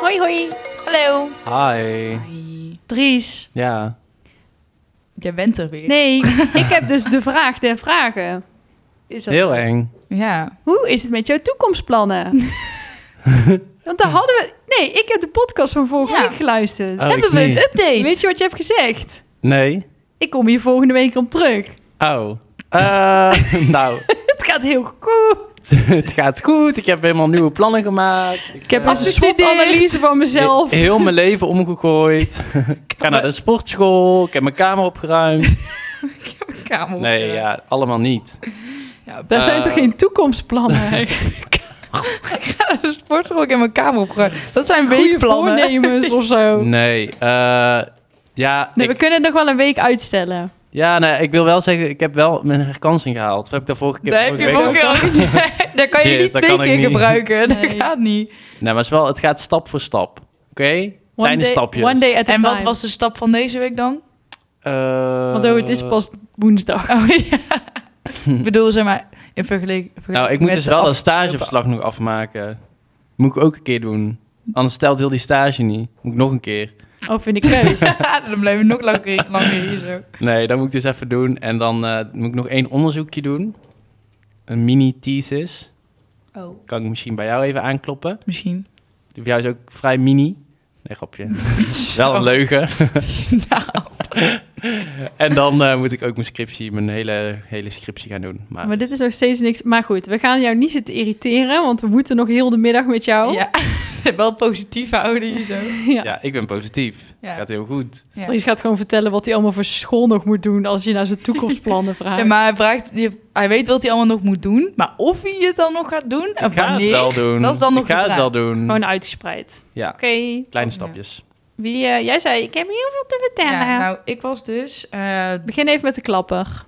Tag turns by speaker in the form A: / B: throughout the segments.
A: Hoi, hoi. Hallo.
B: Hi.
C: Dries,
B: Ja.
A: Jij bent er weer.
C: nee, ik heb dus de vraag der vragen.
A: Is dat...
B: Heel Oh, eng.
A: Ja.
C: Hoe is het met jouw toekomstplannen? Want daar hadden we... Nee, ik heb de podcast van vorige
A: Ja. Eh,
C: week geluisterd.
B: Oh,
A: Hebben
B: ik
A: we een
B: niet.
A: update?
C: Weet je wat je hebt gezegd?
B: Nee.
C: Ik kom hier volgende week om terug.
B: Oh. Eh, nou,
C: Het gaat heel goed.
B: het gaat goed. Ik heb helemaal nieuwe plannen gemaakt.
C: Ik heb
B: eh,
C: als een SWOT-analyse van mezelf.
B: he- Heel mijn leven omgegooid. ik ga naar de sportschool. Ik heb mijn kamer
C: Oh,
B: opgeruimd.
A: Ik heb een kamer
B: Nee,
A: opgeruimd.
B: ja, allemaal niet.
A: Ja,
C: Daar zijn
B: Eh,
C: toch geen toekomstplannen?
A: bij de sportschool en mijn kamer opgeruimd. Dat zijn
C: Goede
A: weekplannen.
C: voornemens of zo.
B: Nee. eh, ja,
C: Oh. Nee,
B: ik,
C: we kunnen het nog wel een week uitstellen.
B: ja nee, ik wil wel zeggen, ik heb wel mijn herkansing gehaald. Of heb ik daar vorige keer
A: Daar heb je
B: vorige
A: ook
B: week
A: heel
B: over-
A: goed. Daar kan je
B: Shit,
A: niet
B: dat
A: twee
B: kan ik
A: keer
B: niet.
A: gebruiken. Dat
C: Nee.
A: gaat niet.
B: Nee, maar het, is wel, het gaat stap voor stap. Oké?
C: One
B: Kleine
C: day-
B: stapjes.
C: One day at a
A: En
C: time.
A: wat was de stap van deze week dan?
B: Eh,
C: Although oh, het is pas woensdag.
A: Oh ja. Ik bedoel, zeg maar, in vergelijking.
B: Hm. Nou, ik moet dus wel dat stageverslag nog afmaken. Moet ik ook een keer doen. Anders stelt heel die stage niet. Moet ik nog een keer.
C: Oh, vind ik leuk.
A: Ja, dan blijven we nog langer, langer hier zo.
B: Nee, dat moet ik dus even doen. En dan eh, moet ik nog één onderzoekje doen. Een mini-thesis.
A: Oh,
B: Kan ik misschien bij jou even aankloppen.
A: misschien.
B: Die van jou is ook vrij mini. Nee, grapje. wel
A: Oh.
B: een leugen. Nou. en dan eh, moet ik ook mijn scriptie, mijn hele, hele scriptie gaan doen. Maar,
C: Maar dit is nog steeds niks. Maar goed, we gaan jou niet zitten irriteren, want we moeten nog heel de middag met jou.
A: Ja, wel positief houden hier zo.
B: ja. ik ben positief.
A: Ja.
B: Gaat heel goed.
A: Ja.
C: Dries Dus gaat gewoon vertellen wat hij allemaal voor school nog moet doen als je naar zijn toekomstplannen vraagt.
A: Ja, maar hij, vraagt, die- hij weet wat hij allemaal nog moet doen, maar of hij het dan nog gaat doen en
B: Ik ga het
A: wanneer.
B: wel doen.
A: Dat is dan nog
B: ik
A: de
B: ga het
A: vraag.
B: wel doen.
C: Gewoon uitgespreid.
B: Ja.
C: Oké,
A: Ja.
B: Kleine stapjes.
C: wie, eh, jij zei, ik heb heel veel te vertellen.
A: Ja, nou, ik was dus... eh,
C: Begin even met de klapper.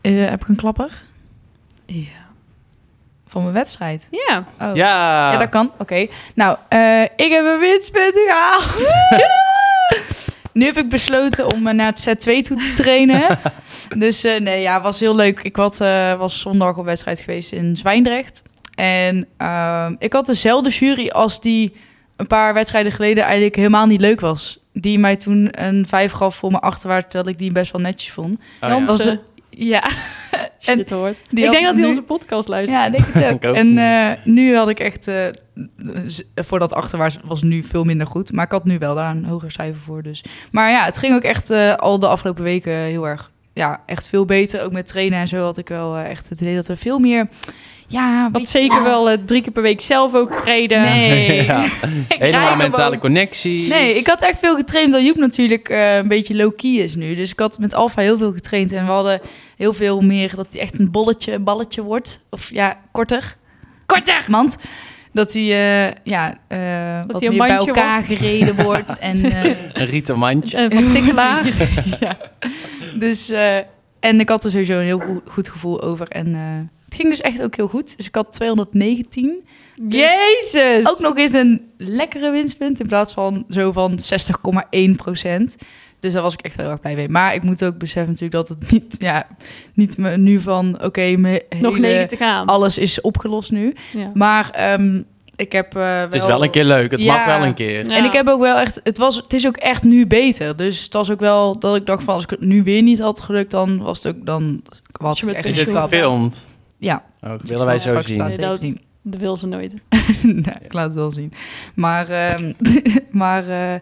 A: eh, heb ik een klapper? Ja. Van mijn wedstrijd.
C: Ja,
A: Oh.
B: Ja.
A: Ja, dat kan. Oké. Nou, eh, ik heb een winstpunt gehaald. nu heb ik besloten om eh, naar het Z2 toe te trainen. dus eh, nee, ja, was heel leuk. Ik had, eh, was zondag op wedstrijd geweest in Zwijndrecht. En ehm, ik had dezelfde jury als die een paar wedstrijden geleden eigenlijk helemaal niet leuk was. Die mij toen een vijf gaf voor mijn achterwaarts, terwijl ik die best wel netjes vond.
B: Oh,
C: Jan
B: ja.
A: Was
C: Ze-
A: de- ja.
C: als je
A: En
C: dit hoort.
A: die
C: ik
A: had
C: denk dat hij
A: nu-
C: onze podcast luistert.
A: ja, ik denk het ook.
B: Ik ook.
A: en eh, nu had ik echt... eh, z- voor dat achterwaarts was nu veel minder goed. Maar ik had nu wel daar een hoger cijfer voor. Dus. Maar ja, het ging ook echt eh, al de afgelopen weken heel erg... Ja, echt veel beter. Ook met trainen en zo had ik wel eh, echt het idee dat er veel meer... Ja,
C: Had zeker wel eh, drie keer per week zelf ook gereden.
A: Nee.
B: Ja.
A: Ik
B: Helemaal
A: rijd
B: mentale
A: gewoon.
B: connectie.
A: Nee, ik had echt veel getraind. Dat Joep natuurlijk eh, een beetje low-key is nu. Dus ik had met Alfa heel veel getraind. En we hadden heel veel meer dat hij echt een bolletje, een balletje wordt. Of ja, korter.
C: Korter!
A: mand. Dat hij eh, ja, eh, wat
C: hij een
A: meer bij
C: mandje
A: elkaar gereden wordt. En, eh,
B: Een rieten mandje.
C: En Eh, van Tikkelaar.
A: ja. Dus, eh, en ik had er sowieso een heel goe- goed gevoel over. En eh, het ging dus echt ook heel goed. Dus ik had 219.
C: Jezus!
A: Ook nog eens een lekkere winstpunt in plaats van zo van 60,1 procent. Dus daar was ik echt heel erg blij mee. Maar ik moet ook beseffen natuurlijk dat het niet, ja, niet me nu van oké, mijn
C: nog
A: hele-
C: negen te gaan.
A: alles is opgelost nu.
C: Ja.
A: Maar ehm, ik heb eh, wel...
B: Het is wel een keer leuk. Het mag
A: Ja.
B: wel een keer.
C: Ja.
A: En ik heb ook wel echt, het, was, het is ook echt nu beter. Dus het was ook wel dat ik dacht van als ik het nu weer niet had gelukt, dan was het ook dan
C: Als
A: wat
C: je met
A: echt
B: Is
C: pensioen
B: dit
A: niet gehaald.
B: gefilmd?
A: Ja.
B: Oh, dat willen wij
A: Ik zal
B: zo
A: het straks
B: zien.
C: Nee, dat-
A: laten even
C: Dat wil ze nooit.
A: zien. nou, ik laat het wel zien. Maar, ehm, maar eh,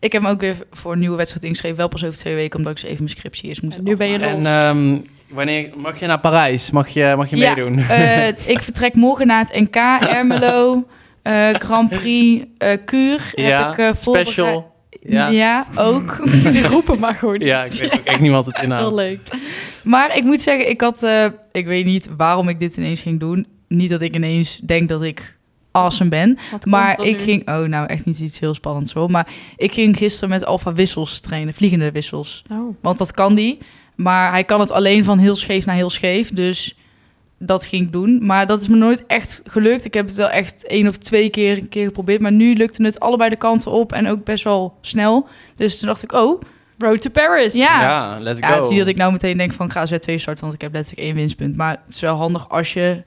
A: ik heb me ook weer voor een nieuwe wedstrijd ingeschreven. Wel pas over twee weken, omdat ik ze even mijn scriptie is moest
C: En nu ben je
A: afmaken.
B: En ehm, wanneer mag je naar Parijs? Mag je, mag je
A: Ja.
B: meedoen?
A: Eh, ik vertrek morgen naar het NK Ermelo. eh, Grand Prix eh Cuur
B: Ja,
A: heb ik eh voorbereid.
B: Special.
A: Ja,
B: Ja. ja.
A: ook.
C: Ze roepen maar gewoon niet.
B: ik weet ook echt niet wat het
C: Heel
B: inhoudt.
C: leuk.
A: Maar ik moet zeggen, ik had, eh, ik weet niet waarom ik dit ineens ging doen. Niet dat ik ineens denk dat ik awesome ben.
C: Wat komt
A: Maar
C: er
A: ik
C: nu?
A: ging, oh nou echt niet iets heel spannends hoor. Maar ik ging gisteren met Alfa wissels trainen, vliegende wissels.
C: Oh.
A: Want dat kan die. Maar hij kan het alleen van heel scheef naar heel scheef. Dus dat ging ik doen. Maar dat is me nooit echt gelukt. Ik heb het wel echt één of twee keer, een keer geprobeerd. Maar nu lukte het allebei de kanten op en ook best wel snel. Dus toen dacht ik, oh
C: Road to Paris.
A: ja,
B: Ja, let's
A: ja, het
B: go.
A: is niet dat ik nou meteen denk van ik ga Z2 starten, want ik heb letterlijk één winstpunt. Maar het is wel handig als je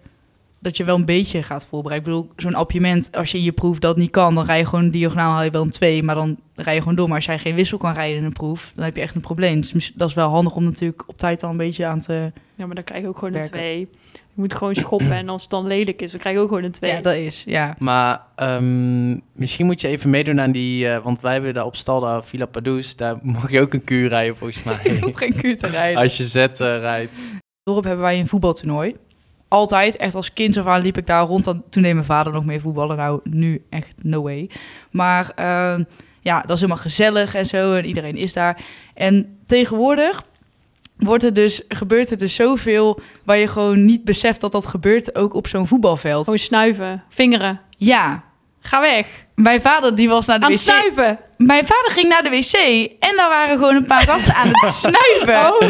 A: dat je wel een beetje gaat voorbereiden. Ik bedoel, zo'n appiëment, als je in je proef dat niet kan, dan rij je gewoon diagonaal, haal je wel een 2, maar dan rij je gewoon door. Maar als jij geen wissel kan rijden in een proef, dan heb je echt een probleem. Dus mis- dat is wel handig om natuurlijk op tijd al een beetje aan te...
C: Ja, maar dan krijg ik ook gewoon een
A: Werken.
C: twee. Je moet gewoon schoppen en als het dan lelijk is, dan krijg ik ook gewoon een twee.
A: Ja, dat is, ja.
B: Maar ehm, misschien moet je even meedoen aan die... eh, want wij hebben daar op stal, daar Villa Padoes, daar mag je ook een kuur rijden volgens
A: Je
B: mij.
A: hoeft geen kuur te rijden.
B: Als je zet eh, rijdt.
A: dorp hebben wij een voetbaltoernooi. Altijd, echt als kind af aan liep ik daar rond. Dan, toen deed mijn vader nog mee voetballen. Nou, nu echt no way. Maar ehm, ja, dat is helemaal gezellig en zo. En iedereen is daar. En tegenwoordig wordt er dus, gebeurt er dus zoveel... waar je gewoon niet beseft dat dat gebeurt, ook op zo'n voetbalveld.
C: Gewoon snuiven, vingeren.
A: Ja,
C: Ga weg.
A: mijn vader die was naar de
C: Aan het
A: wc.
C: snuiven.
A: Mijn vader ging naar de wc en daar waren gewoon een paar gasten aan het snuiven.
C: Oh.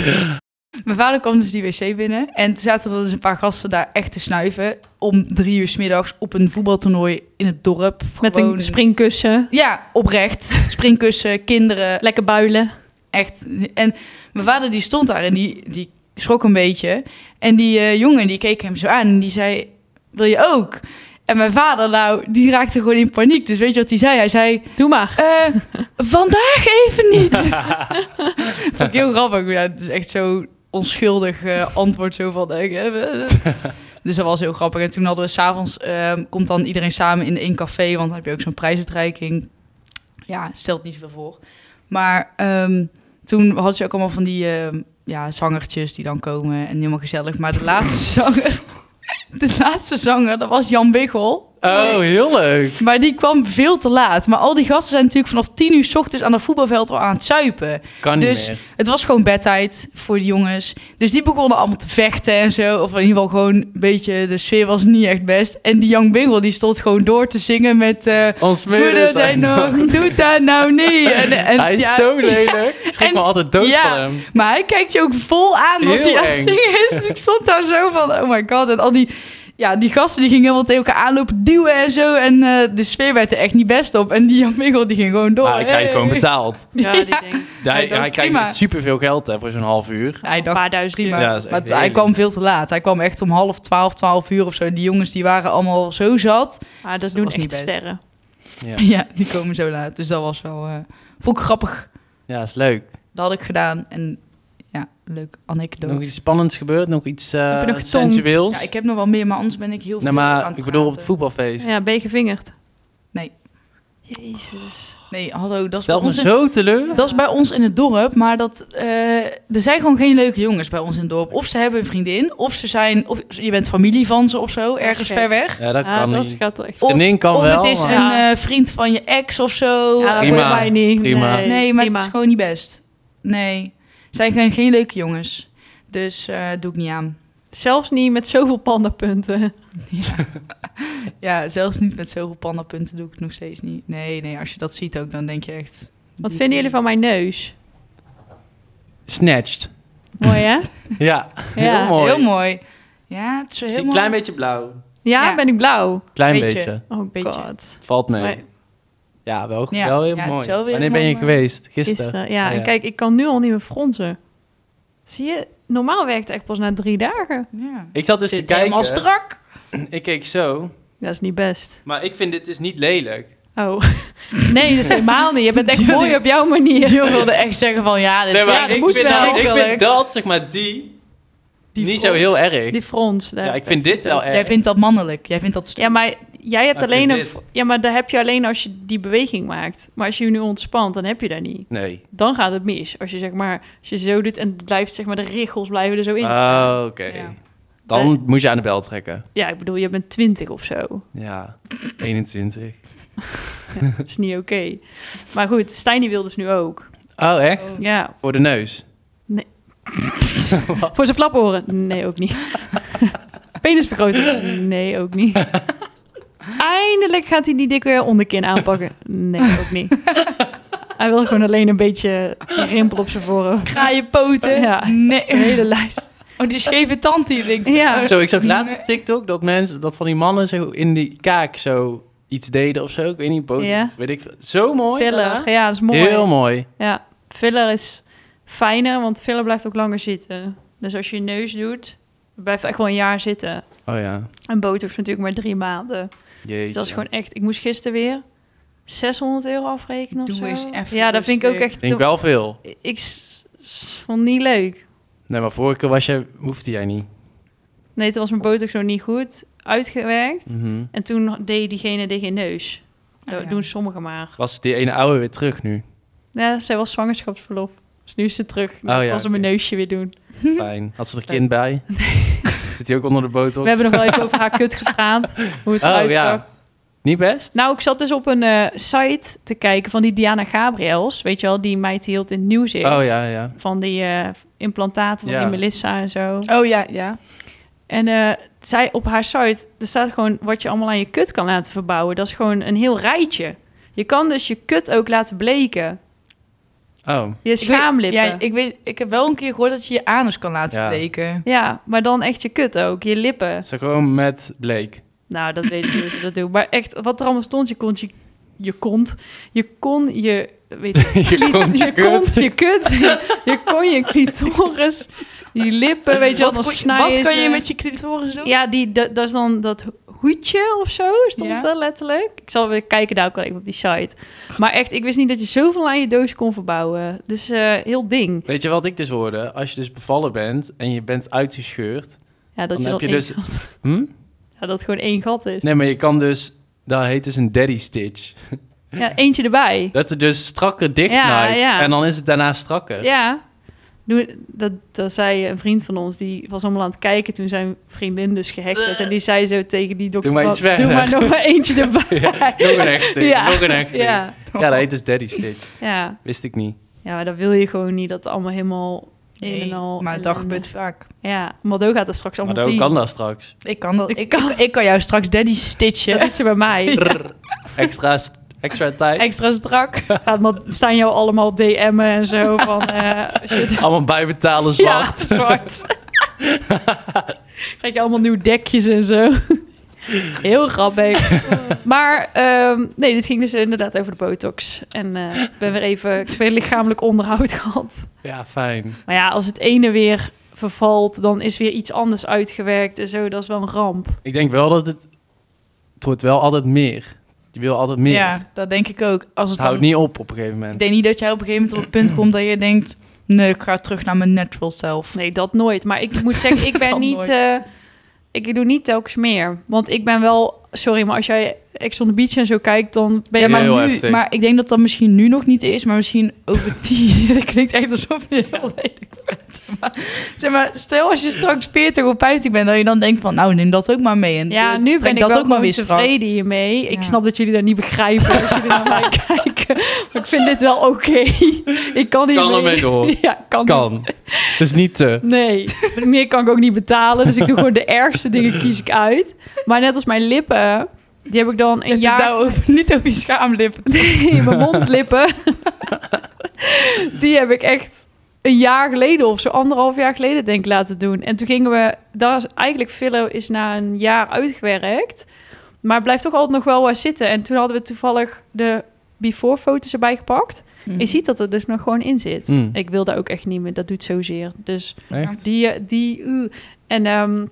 A: Mijn vader kwam dus die wc binnen en toen zaten er dus een paar gasten daar echt te snuiven. Om drie uur 's middags op een voetbaltoernooi in het dorp.
C: Met
A: Gewoon-
C: een springkussen.
A: Ja, oprecht. Springkussen, kinderen,
C: Lekker builen.
A: echt. En mijn vader die stond daar en die, die schrok een beetje. En die eh, jongen die keek hem zo aan en die zei, wil je ook? En mijn vader nou, die raakte gewoon in paniek. Dus weet je wat hij zei? Hij zei...
C: Doe maar.
A: Eh, vandaag even niet. Vond ik heel grappig. Ja, het is echt zo onschuldig eh, antwoord zo van... eh, eh, eh. dus dat was heel grappig. En toen hadden we s'avonds... ehm komt dan iedereen samen in één café... want dan heb je ook zo'n prijsuitreiking. Ja, stelt niet zoveel voor. Maar ehm, toen had je ook allemaal van die... ehm, ja, zangertjes die dan komen en helemaal gezellig. Maar de laatste zanger... De laatste zanger, dat was Jan Wiggel.
B: Oh, heel leuk.
A: Maar die kwam veel te laat. Maar al die gasten zijn natuurlijk vanaf 10 uur 's ochtends aan het voetbalveld al aan het zuipen.
B: Kan niet
A: Dus-
B: meer.
A: Het was gewoon bedtijd voor de jongens. Dus die begonnen allemaal te vechten en zo. Of in ieder geval gewoon een beetje, de sfeer was niet echt best. En die Young Bingel die stond gewoon door te zingen met... eh
B: Ons
A: Moeder
B: midden
A: zei
B: zijn
A: nog, doe dat nou niet. En, en,
B: Hij is
A: ja,
B: zo lelijk. Ik schrik
A: En-
B: me altijd dood
A: ja.
B: van hem.
A: Maar hij kijkt je ook vol aan als
B: Heel
A: hij aan het
B: eng.
A: zingen is. Dus ik stond daar zo van, oh my god. En al die, ja, die gasten die gingen helemaal tegen elkaar aanlopen, duwen en zo. En eh, de sfeer werd er echt niet best op. En die Jan Michel die ging gewoon door.
B: Maar hij krijgt gewoon
A: Hey.
B: betaald.
C: Ja, die
A: Ja.
C: denk ik.
B: Hij,
A: dat
B: hij
A: is
B: krijgt
A: prima.
B: echt superveel geld hè, voor zo'n half uur.
A: Hij
C: Een
A: dacht,
C: paar duizend
A: prima.
B: Ja, dat is echt
A: maar hij
B: heerlijk.
A: kwam veel te laat. Hij kwam echt om half twaalf, twaalf uur of zo. Die jongens die waren allemaal zo zat.
C: euro. Ah, dat
A: Dat
C: doen
A: was niet
C: echt
A: best.
C: sterren.
B: Ja,
A: Ja, die komen zo laat. Dus dat was wel... eh vond ik grappig.
B: ja is leuk.
A: Dat had ik gedaan. En ja, leuk
B: Nog
A: anekdote.
B: iets spannends gebeurd? Nog iets eh,
C: Heb je nog getongd?
B: sensueels?
A: Ja, ik heb nog wel meer, maar anders ben ik heel veel
B: nee,
A: aan het
B: maar ik bedoel op het
A: praten.
B: voetbalfeest.
C: Ja, ben je gevingerd?
A: Nee.
C: Jezus.
A: Nee, hallo, dat is
B: Stel
A: bij
B: me
A: ons in-
B: zo teleur.
A: Dat is bij ons in het dorp, maar dat, eh, er zijn gewoon geen leuke jongens bij ons in het dorp. Of ze hebben een vriendin, of ze zijn, of je bent familie van ze of zo, ergens
C: gek.
A: ver weg.
B: Ja, dat
C: Ah,
B: kan
C: dat
B: niet.
C: gaat toch echt...
A: Of-
B: Vriendin kan
A: of
B: wel,
A: het is
B: maar-
A: een
C: maar-
A: eh, vriend van je ex of zo.
C: Ja, dat
B: Prima.
C: hoort mij niet.
B: prima.
C: Nee,
A: Oh, nee, maar
C: prima.
A: het is gewoon niet best. Nee, het zijn geen, geen leuke jongens. Dus eh, doe ik niet aan.
C: Zelfs niet met zoveel pandapunten.
A: Ja, zelfs niet met zoveel pandapunten doe ik het nog steeds niet. Nee, nee, als je dat ziet ook, dan denk je echt...
C: Wat
A: die-
C: vinden jullie van mijn neus?
B: Snatched.
C: Mooi, hè?
B: Ja,
C: Ja.
B: heel mooi.
A: Heel mooi. Ja, het is
B: Is
A: heel
B: die
A: mooi.
B: Een klein beetje blauw.
C: Ja,
A: Ja.
C: ben ik blauw?
B: Klein
A: Beetje.
B: beetje.
C: Oh
A: Beetje.
C: god.
B: Valt mee.
C: Nee.
B: Ja, wel,
A: Ja,
B: wel heel
A: ja, het
B: mooi.
A: is wel weer
B: Wanneer ben je
A: helemaal,
B: geweest? Gisteren.
A: eh,
C: Gisteren. Ja,
B: Oh,
C: en kijk, ik kan nu al niet meer fronsen. Zie je? Normaal werkt het echt pas na drie dagen.
A: Ja.
B: Ik zat dus
A: Zit
B: te
A: helemaal
B: kijken.
A: strak.
B: Ik keek zo.
C: Dat is niet best.
B: Maar ik vind dit is niet lelijk.
C: Oh. Nee, dat is helemaal niet. Je bent echt
A: Die-
C: mooi op jouw manier.
A: Jill wilde echt zeggen van ja, dit
B: Nee,
A: is
B: maar
A: ja, dat
B: ik,
A: moet
B: vind,
A: wel.
B: nou- ik vind dat, zeg maar, die,
A: Die
B: niet
A: frons.
B: zo heel erg.
C: Die frons. daar-
B: ja, ik vind dit wel erg.
A: Jij vindt dat mannelijk. Jij vindt dat stu-
C: Ja, maar jij hebt
B: Maar ik
C: alleen
B: vind
C: een...
B: dit.
C: Ja, maar dat heb je alleen als je die beweging maakt. Maar als je je nu ontspant, dan heb je dat niet.
B: Nee.
C: Dan gaat het mis. Als je zeg maar, als je zo doet en het blijft zeg maar de riggels blijven er zo in.
B: Oh, oké.
A: Ja.
B: Dan
C: Nee.
B: moet je aan de bel trekken.
C: Ja, ik bedoel, je bent twintig of zo.
B: Ja, 21.
C: Dat is niet oké. Maar goed, Stijn die wil dus nu ook.
B: Oh, echt?
C: Ja.
B: Voor de neus.
C: Voor zijn flaporen? Nee, ook niet. Penisvergroting? Nee, ook niet. Eindelijk gaat hij die dikke onderkin aanpakken. Nee, ook niet. Hij wil gewoon alleen een beetje rimpel op zijn voorhoofd.
A: Ga je poten.
C: Ja. Een
A: Nee.
C: hele lijst.
A: Oh, die scheve tand die links.
C: Ja.
A: Oh,
B: Zo, ik zag laatst
A: Nee.
B: op TikTok dat mensen, dat van die mannen zo in die kaak zo iets deden of zo. Ik weet niet, boos,
C: Ja.
B: weet ik veel. Zo mooi.
C: Filler. Ja, dat is mooi.
B: Heel mooi.
C: Ja, filler is fijner, want filler blijft ook langer zitten. Dus als je je neus doet, blijft echt wel een jaar zitten.
B: Oh ja.
C: En botox natuurlijk maar drie maanden.
B: Jeetje.
C: Dus dat is gewoon echt... Ik moest gisteren weer 600 euro afrekenen of
A: Doe
C: zo.
A: eens even
C: ja, dat vind ik ook
A: rustig.
C: echt...
B: Vind ik wel veel.
C: Ik s- s- vond het niet leuk.
B: Nee, maar vorige keer was jij, hoefde jij niet.
C: Nee, toen was mijn botox nog niet goed uitgewerkt.
B: Mhm.
C: En toen deed diegene deed geen neus. Dat
A: Oh, ja.
C: doen sommigen maar.
B: Was die ene oude weer terug nu?
C: Ja, zij was zwangerschapsverlof. Dus nu is ze terug. Dan
B: Oh ja,
C: kan ze mijn
B: oké.
C: neusje weer doen.
B: Fijn. Had ze er kind bij? Zit hij ook onder de boot op?
C: We hebben nog wel even over haar kut gepraat. Hoe het
B: Oh
C: eruit zag.
B: ja. Niet best?
C: Nou, ik zat dus op een eh, site te kijken van die Diana Gabriels. Weet je wel, die meid die hield in het nieuws is.
B: Oh ja, ja.
C: Van die eh, implantaten van
B: Ja.
C: die Melissa en zo.
A: Oh ja, ja.
C: En eh, zij op haar site, er staat gewoon wat je allemaal aan je kut kan laten verbouwen. Dat is gewoon een heel rijtje. Je kan dus je kut ook laten bleken.
B: Oh.
C: Je
A: Ik weet-
C: schaamlippen.
A: Ja, ik, weet, ik heb wel een keer gehoord dat je je anus kan laten
B: Ja.
A: bleken.
C: Ja, maar dan echt je kut ook, je lippen.
B: Is dat gewoon met Blake?
C: Nou, dat weet ik niet hoe ze dat doen. Maar echt, wat er allemaal stond, je kon je, je kont, je kon je, weet ik,
B: Je komt
C: je kont, je kut, je kon je clitoris, je lippen, weet je
A: wat
C: wat, dan
A: kon je-
C: snijden
A: wat kan je
C: ze.
A: met je clitoris doen?
C: Ja, die, dat, dat is dan dat hoedje of zo, stond
A: Ja.
C: er letterlijk. Ik zal weer kijken daar ook wel even op die site. Maar echt, ik wist niet dat je zoveel aan je doos kon verbouwen. Dus eh, heel ding.
B: Weet je wat ik dus hoorde? Als je dus bevallen bent en je bent uitgescheurd.
C: Ja, dat
B: Dan
C: je
B: heb
C: dan
B: je
C: één
B: dus-
C: gat-
B: Hm?
C: ja, dat het gewoon één gat is.
B: Nee, maar je kan dus... Dat heet dus een daddy stitch.
C: Ja, eentje erbij.
B: Dat er dus strakker dicht
C: Ja,
B: knaait
C: ja.
B: En dan is het daarna strakker.
C: Ja. Doe- Dat, dat zei een vriend van ons, die was allemaal aan het kijken toen zijn vriendin dus gehackt werd. En die zei zo tegen die dokter,
B: Doe maar
C: van,
B: iets verder.
C: doe maar nog maar eentje erbij.
B: Nog een hechting,
C: Ja.
B: nog een hechting.
C: Ja.
B: Ja, dat heet dus daddy stitch.
C: Ja.
B: Wist ik niet.
C: ja, maar dan wil je gewoon niet dat het allemaal helemaal
A: Nee,
C: in en al...
A: maar dat gebeurt vaak.
C: Ja, Mado gaat er straks
B: Maar
C: allemaal
B: dan
C: zien.
B: kan dat straks.
A: Ik kan dat.
C: Ik
A: Ik kan, ik kan jou straks daddy stitchen.
C: Dat doet ze bij mij.
B: Extra, st- extra tijd.
A: Extra strak.
C: Gaat Ma- staan jou allemaal DM'en en zo van... eh shit.
B: Allemaal bijbetalen
C: Ja,
B: zwart.
C: zwart. Krijg je allemaal nieuwe dekjes en zo. Heel grappig. Maar ehm, nee, dit ging dus inderdaad over de botox. En eh, ik ben weer even... Ik heb weer lichamelijk onderhoud gehad.
B: Ja, fijn.
C: Maar ja, als het ene weer vervalt, dan is weer iets anders uitgewerkt en zo. Dat is wel een ramp.
B: Ik denk wel dat het... Het wordt wel altijd meer. Je wil altijd meer. Dus
A: Ja, dat denk ik ook. Als
B: het
A: het
B: houdt
A: dan,
B: niet op op een gegeven
A: Ik
B: moment.
A: denk niet dat jij op een gegeven moment op het punt komt dat je denkt... Nee, ik ga terug naar mijn natural self.
C: Nee, dat nooit. Maar ik moet zeggen, ik ben
A: Dat
C: niet.
A: nooit.
C: eh, ik doe niet telkens meer. Want ik ben wel. Sorry, maar als jij Ex on the Beach en zo kijkt, dan ben je.
A: Ja, maar,
B: Heel
A: nu,
B: heftig.
A: maar ik denk dat dat misschien nu nog niet is, maar misschien over tien. dat klinkt echt alsof je heel lelijk bent. Maar, zeg maar, stel als je straks 40 of 50 bent, dat je dan denkt van, nou neem dat ook maar mee. En
C: Ja,
A: doe-
C: nu
A: trek
C: ben ik
A: dat
C: wel
A: ook maar weer strak.
C: tevreden hiermee. Ik
A: Ja.
C: snap dat jullie dat niet begrijpen als jullie naar mij kijken. Maar ik vind dit wel oké. Ik kan hier
B: ermee door.
C: Ja, kan.
B: Kan. Dus niet te.
C: Nee, meer kan ik ook niet betalen. Dus ik doe gewoon de ergste dingen kies ik uit. Maar net als mijn lippen, die heb ik dan een
A: Leg het
C: jaar...
A: nou over- niet over je schaamlip.
C: in mijn mondlippen. die heb ik echt een jaar geleden of zo, anderhalf jaar geleden denk ik laten doen. En toen gingen we, daar is eigenlijk filler is na een jaar uitgewerkt. Maar het blijft toch altijd nog wel wat zitten. En toen hadden we toevallig de before foto's erbij gepakt.
A: Mhm.
C: Je ziet dat er dus nog gewoon in zit.
B: Mm.
C: Ik wil daar ook echt niet meer, dat doet zozeer. Dus
B: Echt?
C: die, eh, die, oeh. en ehm,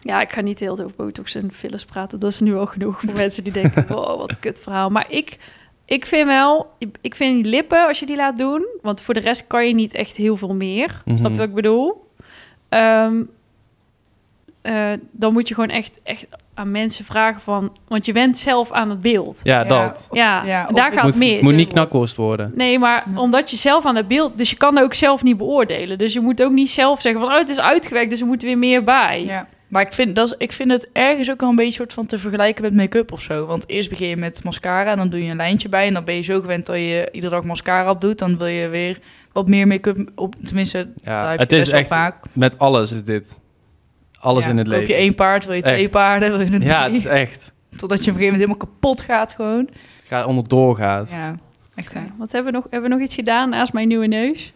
C: ja, ik ga niet heel veel over botox en fillers praten. Dat is nu al genoeg voor mensen die denken, wow, wat een kut verhaal. Maar ik, ik vind wel, ik vind die lippen, als je die laat doen, want voor de rest kan je niet echt heel veel meer.
B: Mhm.
C: Snap je wat ik bedoel? Ehm, eh, dan moet je gewoon echt, echt aan mensen vragen van, want je bent zelf aan het beeld.
B: Ja,
A: Ja, dus
B: dat.
C: Ja,
A: ja, of
C: daar
A: het
C: gaat
B: Moet,
C: mis.
B: moet niet knakworst worden.
C: Nee, maar
A: Ja.
C: omdat je zelf aan het beeld... Dus je kan ook zelf niet beoordelen. Dus je moet ook niet zelf zeggen van... Oh, het is uitgewerkt, dus er moet weer meer bij. Ja,
A: Ja. Maar ik vind, dat, is- ik vind het ergens ook wel een beetje soort van te vergelijken met make-up of zo. Want eerst begin je met mascara en dan doe je een lijntje bij. En dan ben je zo gewend dat je iedere dag mascara op doet. Dan wil je weer wat meer make-up op. Tenminste, daar
B: Ja,
A: heb
B: het
A: je
B: is
A: best wel
B: echt...
A: vaak.
B: Met alles is dit. Alles
A: Ja,
B: in het leven.
A: Koop je één paard, wil je twee
B: Echt.
A: paarden, wil je een
B: ja, het
A: drie.
B: is echt.
A: Totdat je op een gegeven moment helemaal kapot gaat gewoon.
B: Ga onderdoor gaat.
A: Ja, echt hè.
C: Wat hebben we nog? Hebben we nog iets gedaan naast mijn nieuwe neus?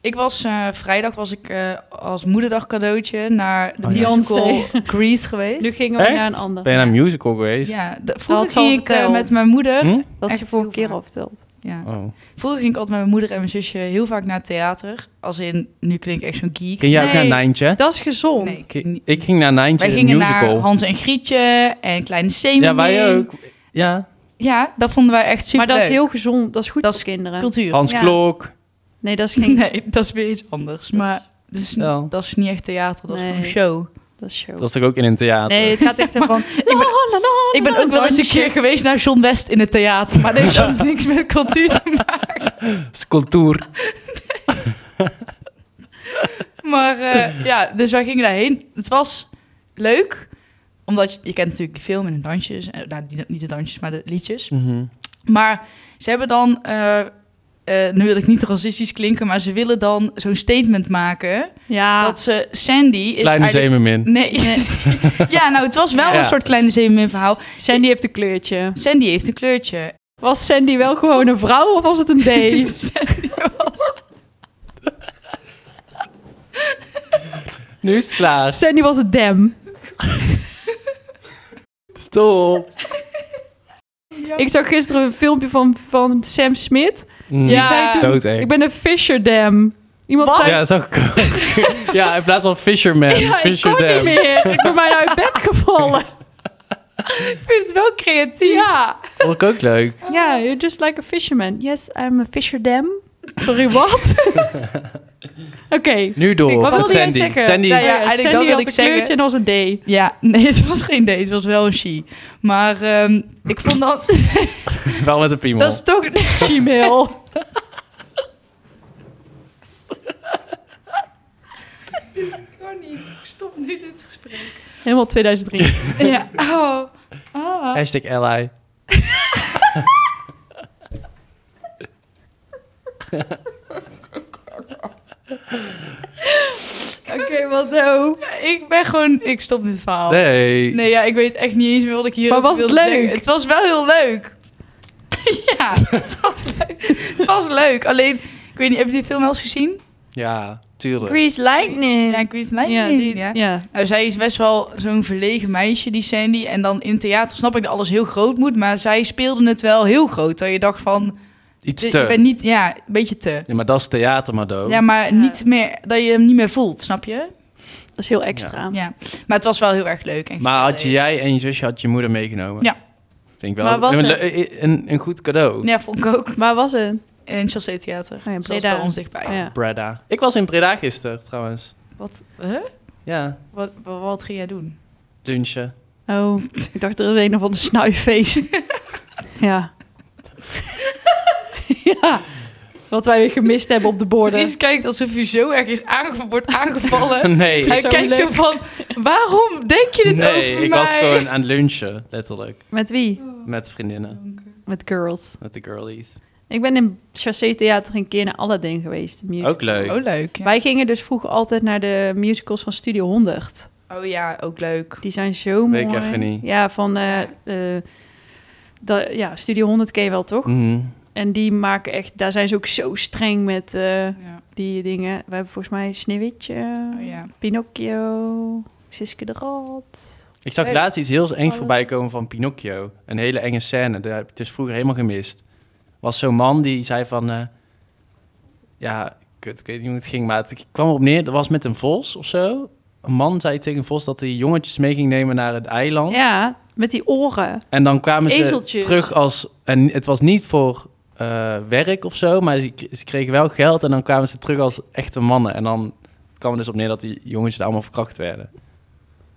A: Ik was eh, vrijdag was ik eh, als moederdag cadeautje naar de
B: Oh, ja.
A: musical
C: Beyoncé.
A: Grease geweest.
C: Nu gingen we
B: Echt?
C: naar een ander.
B: Ben je naar een musical geweest?
A: ja, de,
C: had
A: vroeger
C: ze al
A: ging ik eh,
C: verteld.
A: met mijn moeder.
B: Hm?
C: Dat is
A: Echt
C: je vorige
A: heel
C: keer
A: vaak.
C: al verteld.
A: Ja.
B: Oh.
A: Vroeger ging ik altijd met mijn moeder en mijn zusje heel vaak naar het theater. Als in, nu klink ik echt zo'n geek.
B: Ken jij ook
C: Nee.
B: naar Nijntje?
C: Dat is gezond.
A: Nee,
B: Ik,
A: niet.
B: ik ging naar Nijntje,
A: wij
B: de
A: gingen
B: musical.
A: naar Hans en Grietje en Kleine Semen.
B: ja, wij ook. Ja,
A: Ja, dat vonden wij echt super
C: maar dat is heel gezond. Dat is goed
A: Dat
C: voor
A: is
C: kinderen.
A: cultuur.
B: Hans
C: Ja.
B: Klok.
C: Nee, dat is geen...
A: Nee, dat is weer iets anders.
C: Dat is-
A: Maar dat is,
B: Ja.
A: niet- dat is niet echt theater, dat is
C: Nee. Oh,
A: gewoon show.
C: Dat is show.
B: Dat is toch ook in een theater?
C: Nee, het gaat echt ervan...
A: ben-
C: la, la, la,
A: Ik ben
C: la,
A: ook wel eens een
C: dansje.
A: keer geweest naar John West in het theater. Maar dat heeft ook niks met cultuur te maken.
B: Dat is cultuur.
A: Maar eh, ja, dus wij gingen daarheen. Het was leuk, omdat je, je kent natuurlijk de film en de dansjes. Eh, Nou, die- niet de dansjes, maar de liedjes.
B: Mhm.
A: Maar ze hebben dan, eh, eh, nu wil ik niet racistisch klinken, maar ze willen dan zo'n statement maken.
C: Ja.
A: Dat ze, Sandy is
B: Kleine
A: eigenlijk-
B: zeemermin.
A: Nee.
C: Nee.
A: ja, nou, het was wel
B: Ja.
A: een soort kleine zeemermin verhaal.
C: Sandy heeft een kleurtje.
A: Sandy heeft een kleurtje.
C: Was Sandy wel gewoon een vrouw of was het een beest?
A: Sandy was...
B: Nu is het klaar.
C: Sandy was een dem.
B: Stop.
C: Ik zag gisteren een filmpje van, van Sam Smith.
B: Mm,
A: Ja.
C: zei toen,
B: Dood,
C: ik ben een Fisher Dam. Iemand zei...
B: Ja, dat zag ik ook. ja, in plaats van Fisherman.
C: Ja, ik
B: Fisher
C: kon niet
B: Dam.
C: meer. Ik ben bijna uit bed gevallen. ik vind het wel creatief. Ja.
B: Vond ik ook leuk.
C: Ja, you're just like a fisherman. Yes, I'm a Fisher Dam. Sorry, wat? Oké.
B: Nu door.
C: Wat
B: met
C: wilde jij
B: Sandy.
C: zeggen?
B: Sandy.
A: Ja,
C: Oh ja,
A: eigenlijk
C: Sandy
A: dat wilde
C: had
A: ik
C: een
A: zeggen.
C: kleurtje en was een D.
A: Ja, nee, het was geen deze, het was wel een she. Maar ehm, ik vond dat...
B: Wel met een piemel.
A: dat is toch...
C: Gmail.
A: kan niet. Stop nu dit gesprek.
C: Helemaal 2003.
A: Ja. Oh. Ah.
B: Hashtag ally.
C: Oké, wat zo.
A: Ik ben gewoon... Ik stop dit verhaal. Oh. Nee,
B: Nee.
A: ja, ik weet echt niet eens meer wat ik hier
C: Maar was het
A: wilde
C: leuk?
A: zeggen. Het was wel heel leuk. ja, het was leuk. Het was leuk. Alleen, ik weet niet, heb je die film wel eens gezien?
B: Ja, tuurlijk.
C: Grease Lightning.
A: Ja, ik weet het
C: Ja,
A: niet.
C: die,
A: ja.
C: ja.
A: Nou, zij is best wel zo'n verlegen meisje, die Sandy. En dan in theater snap ik dat alles heel groot moet. Maar zij speelde het wel heel groot. Dat je dacht van...
B: Iets
A: Je
B: te.
A: bent niet... Ja, een beetje te.
B: Ja, maar dat is theater, maar dood.
A: Ja, maar
C: Ja.
A: niet meer... Dat je hem niet meer voelt, snap je?
C: Dat is heel extra.
A: Ja. Maar het was wel heel erg leuk. En
B: maar
A: gezellig.
B: had je, jij en je zusje had je moeder meegenomen?
A: Ja.
B: Vind ik wel
C: Maar was
B: een,
C: het-
B: le- een, een goed cadeau.
A: Ja, vond ik ook.
C: Waar was het?
A: In Chassé Theater.
C: Oh ja,
A: dat was
C: Breda.
A: bij ons dichtbij.
C: Ja.
B: Breda. Ik was in Breda gisteren, trouwens.
A: Wat, huh?
B: Ja,
A: wat, wat, wat ging jij doen?
B: lunchen.
C: Oh, ik dacht er is een of ander snuiffeest. ja. ja. Wat wij weer gemist hebben op de borden.
A: Chris kijkt alsof hij zo erg is aange wordt aangevallen.
B: Nee,
A: hij kijkt zo van, waarom denk je dit
B: nee
A: over
B: ik
A: mij?
B: was gewoon aan het lunchen, letterlijk.
C: Met wie?
B: Met vriendinnen,
C: Met girls.
B: met de girlies.
C: Ik ben in Chassé Theater een keer naar Aladdin geweest. de musical.
B: Ook leuk.
A: Oh, leuk. Ja.
C: Wij gingen dus vroeger altijd naar de musicals van Studio 100.
A: Oh ja, ook leuk.
C: Die zijn zo mooi.
B: Weet ik even niet.
C: Ja, van... eh, eh, dat, ja, Studio 100 ken je wel, toch?
B: Mhm.
C: En die maken echt... Daar zijn ze ook zo streng met eh,
A: Ja.
C: die dingen. We hebben volgens mij Sneeuwwitje.
A: Oh ja.
C: Pinocchio, Siske de Rat.
B: Ik zag
A: Hey.
B: laatst iets heel engs
C: Oh.
B: voorbij komen van Pinocchio. Een hele enge scène. Daar heb ik dus vroeger helemaal gemist. Was zo'n man die zei van... eh, ja, kut, ik weet niet hoe het ging, maar het kwam erop neer. Dat was met een vos of zo. Een man zei tegen een vos dat hij jongetjes mee ging nemen naar het eiland.
C: Ja, met die oren.
B: En dan kwamen ze
C: Ezeltjes.
B: terug als... En het was niet voor eh, werk of zo, maar ze, ze kregen wel geld. En dan kwamen ze terug als echte mannen. En dan kwam er dus op neer dat die jongetjes daar allemaal verkracht werden.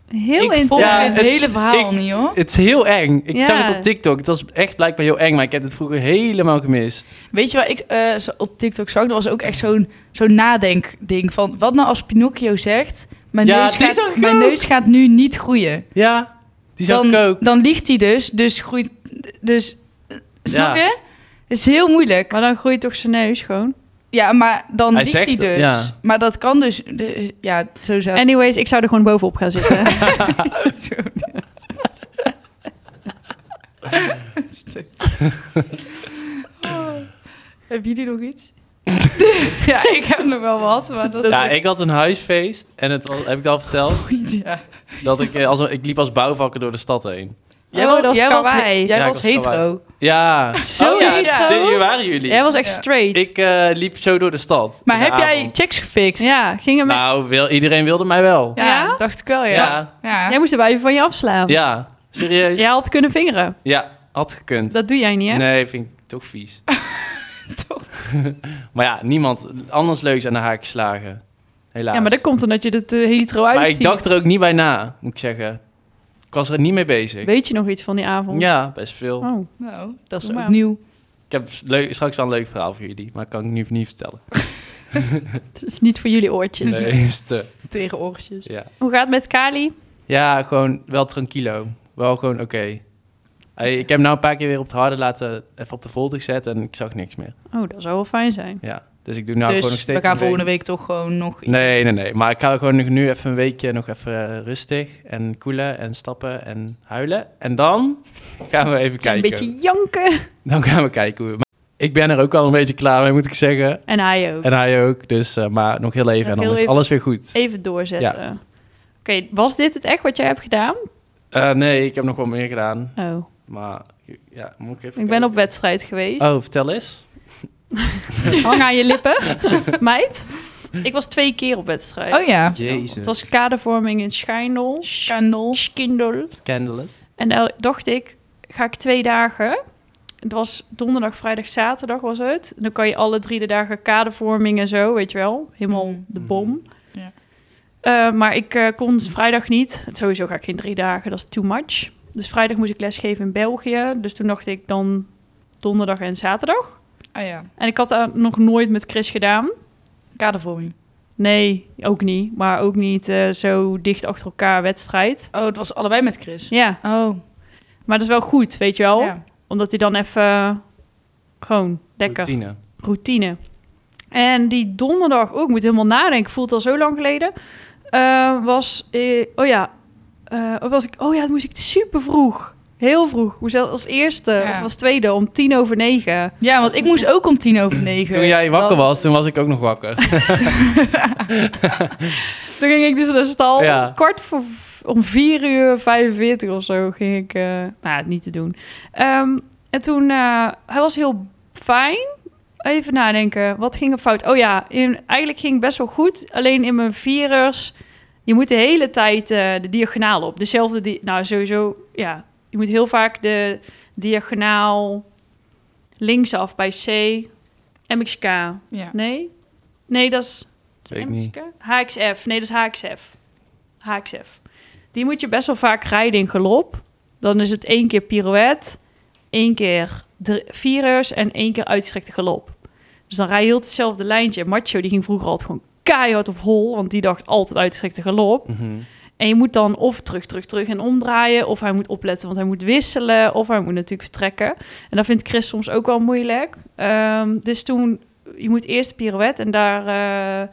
C: Heel
A: ik
C: intens.
A: volg
B: Ja,
A: het
B: het-
A: hele verhaal
B: ik-
A: niet, hoor.
B: Het is heel eng. Ik
C: Ja.
B: zag het op TikTok. Het was echt blijkbaar heel eng, maar ik heb het vroeger helemaal gemist.
A: Weet je waar ik eh, zo- op TikTok zag? Dat was ook echt zo'n zo'n nadenkding van... Wat nou als Pinocchio zegt... Mijn,
B: Ja,
A: neus,
B: die zag
A: gaat,
B: ik
A: mijn
B: ook.
A: neus gaat nu niet groeien.
B: Ja, die zag
A: dan,
B: ik ook.
A: Dan ligt hij dus, dus groeit... Dus, eh, snap
B: Ja.
A: je? Het is heel moeilijk.
C: Maar dan groeit toch zijn neus gewoon.
A: Ja, maar dan
B: Hij
A: ligt hij
B: zegt het,
A: dus.
B: ja.
A: Maar dat kan dus... de- ja, zo zou het...
C: Anyways, ik zou er gewoon bovenop gaan zitten.
A: Stuk. Oh. Hebben jullie nog iets? ja, ik heb nog wel wat, maar dat is...
B: Ja, ik had een huisfeest en het was, heb ik al verteld,
A: Ja. Oh,
B: dat ik, eh, als, ik liep als bouwvakker door de stad heen.
A: Jij,
C: Oh,
A: was,
C: dat was
A: jij, was,
C: kawaii.
A: jij
B: Ja, ik
A: was
B: was
A: hetero.
B: Ja.
C: Zo
B: Oh ja,
C: hetero?
B: dit- hier waren jullie.
C: Jij was echt
A: Ja.
C: straight.
B: Ik eh, liep zo door de stad.
A: Maar
B: in de
A: heb jij
B: avond.
A: checks gefixt?
C: Ja, ging er met...
B: Nou, wil, iedereen wilde mij wel.
A: Ja,
C: Ja?
A: dacht ik wel, ja.
B: Ja.
A: Ja.
C: Jij moest de buien van je afslaan.
B: Ja, serieus?
C: Jij had kunnen vingeren.
B: Ja, had gekund.
C: Dat doe jij niet, hè?
B: Nee, vind ik toch vies. maar ja, niemand anders leuks aan de haak geslagen. Helaas.
C: Ja, maar dat komt omdat je het eh, hetero
B: Maar
C: uitziet.
B: ik dacht er ook niet bij na, moet ik zeggen. Ik was er niet mee bezig.
C: Weet je nog iets van die avond?
B: Ja, best veel.
C: Oh.
A: Nou, dat is
C: Doe maar.
A: ook nieuw.
B: Ik heb leuk, straks wel een leuk verhaal voor jullie, maar kan ik nu niet vertellen.
C: Het is niet voor jullie oortjes.
B: Nee, is te.
A: Tegen oortjes.
B: Ja.
C: Hoe gaat het met Kali?
B: ja, gewoon wel tranquilo. Wel gewoon oké. Hey, Ik heb hem nou een paar keer weer op het harde laten, even op de volte gezet en ik zag niks meer.
C: Oh, dat zou wel fijn zijn.
B: Ja, dus ik doe nou gewoon nog
A: dus
B: steeds
A: we gaan
B: een week-
A: volgende week toch gewoon nog...
B: Nee, nee, nee. Maar ik ga gewoon nog nu even een weekje nog even eh, rustig en koelen en stappen en huilen. En dan gaan we even
C: Een
B: kijken.
C: beetje janken.
B: Dan gaan we kijken hoe we... Ik ben er ook al een beetje klaar mee, moet ik zeggen.
C: En hij ook.
B: En hij ook. Dus, eh, maar nog heel even
C: Nog
B: en dan
C: heel
B: is
C: even.
B: alles weer goed.
C: Even doorzetten. Oké, was dit het echt wat jij hebt gedaan?
B: Eh, nee, ik heb nog wel meer gedaan.
C: Oh,
B: Maar ja, moet ik even...
C: ik ben op
B: kijken?
C: wedstrijd geweest.
B: Oh, vertel eens.
C: Hang aan je lippen, meid. Ik was twee keer op wedstrijd.
A: Oh ja.
B: Jezus.
C: Het was kadervorming in Schijndel.
A: Channel.
C: Schijndel.
B: scandalous.
C: En daar dacht ik, ga ik twee dagen. Het was donderdag, vrijdag, zaterdag was het. Dan kan je alle drie de dagen kadervorming en zo, weet je wel. Helemaal
A: Mm.
C: de bom.
A: Ja.
C: Eh, maar ik eh, kon vrijdag niet. Sowieso ga ik geen drie dagen, dat is too much. Dus vrijdag moest ik lesgeven in België. Dus toen dacht ik dan donderdag en zaterdag.
A: Ah ja,
C: En ik had dat nog nooit met Chris gedaan.
A: kadervorming.
C: Nee, ook niet. Maar ook niet eh, zo dicht achter elkaar wedstrijd.
A: Oh, het was allebei met Chris.
C: Ja,
A: Oh,
C: maar dat is wel goed, weet je wel.
A: ja.
C: Omdat hij dan even eh, gewoon lekker routine.
B: Routine.
C: En die donderdag, ook ik moet helemaal nadenken, voelt al zo lang geleden. eh, was, eh, oh ja, eh, of was ik, oh ja, dat moest ik super vroeg. Heel vroeg. Moest als eerste
A: Ja.
C: of als tweede om tien over negen.
A: Ja, want ik moest ook om tien over negen.
B: Toen
C: eh,
B: jij wakker
A: Want-
B: was, toen was ik ook nog wakker.
C: Toen ging ik dus naar de stal.
B: Ja.
C: Kwart voor om 4 uur 45 of zo ging ik. eh nou, niet te doen. Ehm, en toen. eh, hij was heel fijn. Even nadenken. Wat ging er fout? Oh ja, in, eigenlijk ging het best wel goed. Alleen in mijn vierers. Je moet de hele tijd eh, de diagonaal op. Dezelfde. Di nou, sowieso. Ja. Je moet heel vaak de diagonaal linksaf bij C. MXK.
A: Ja.
C: Nee? Nee, dat is.
B: Weet ik niet.
C: MXK? HXF. Nee, dat is HXF. HXF. Die moet je best wel vaak rijden in galop. Dan is het één keer pirouette, één keer dr- vierers en één keer uitgestrekte galop. Dus dan rij je heel hetzelfde lijntje. Macho die ging vroeger altijd gewoon keihard op hol, want die dacht altijd uitgestrekte galop.
B: Mhm.
C: En je moet dan of terug, terug, terug en omdraaien, of hij moet opletten, want hij moet wisselen, of hij moet natuurlijk vertrekken. En dat vindt Chris soms ook wel moeilijk. Ehm, dus toen, je moet eerst de pirouette en daar, eh,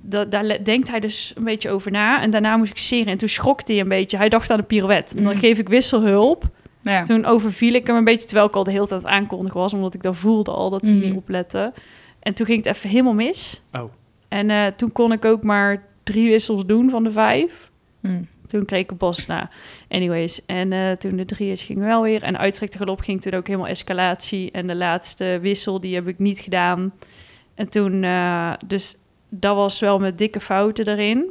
C: da- daar le- denkt hij dus een beetje over na. En daarna moest ik seren en toen schrok hij een beetje. Hij dacht aan de pirouette. En dan
A: Mm.
C: geef ik wisselhulp.
A: Ja.
C: Toen overviel ik hem een beetje, terwijl ik al de hele tijd aan het aankondigen was, omdat ik dan voelde al dat hij
A: Mhm.
C: niet oplette. En toen ging het even helemaal mis.
B: Oh.
C: En eh, toen kon ik ook maar drie wissels doen van de vijf.
A: Hm.
C: Toen kreeg ik een bos na. Anyways, en eh, toen de drie is ging wel weer. En uitstrekte galop ging toen ook helemaal escalatie. En de laatste wissel, die heb ik niet gedaan. En toen, eh, dus dat was wel met dikke fouten erin.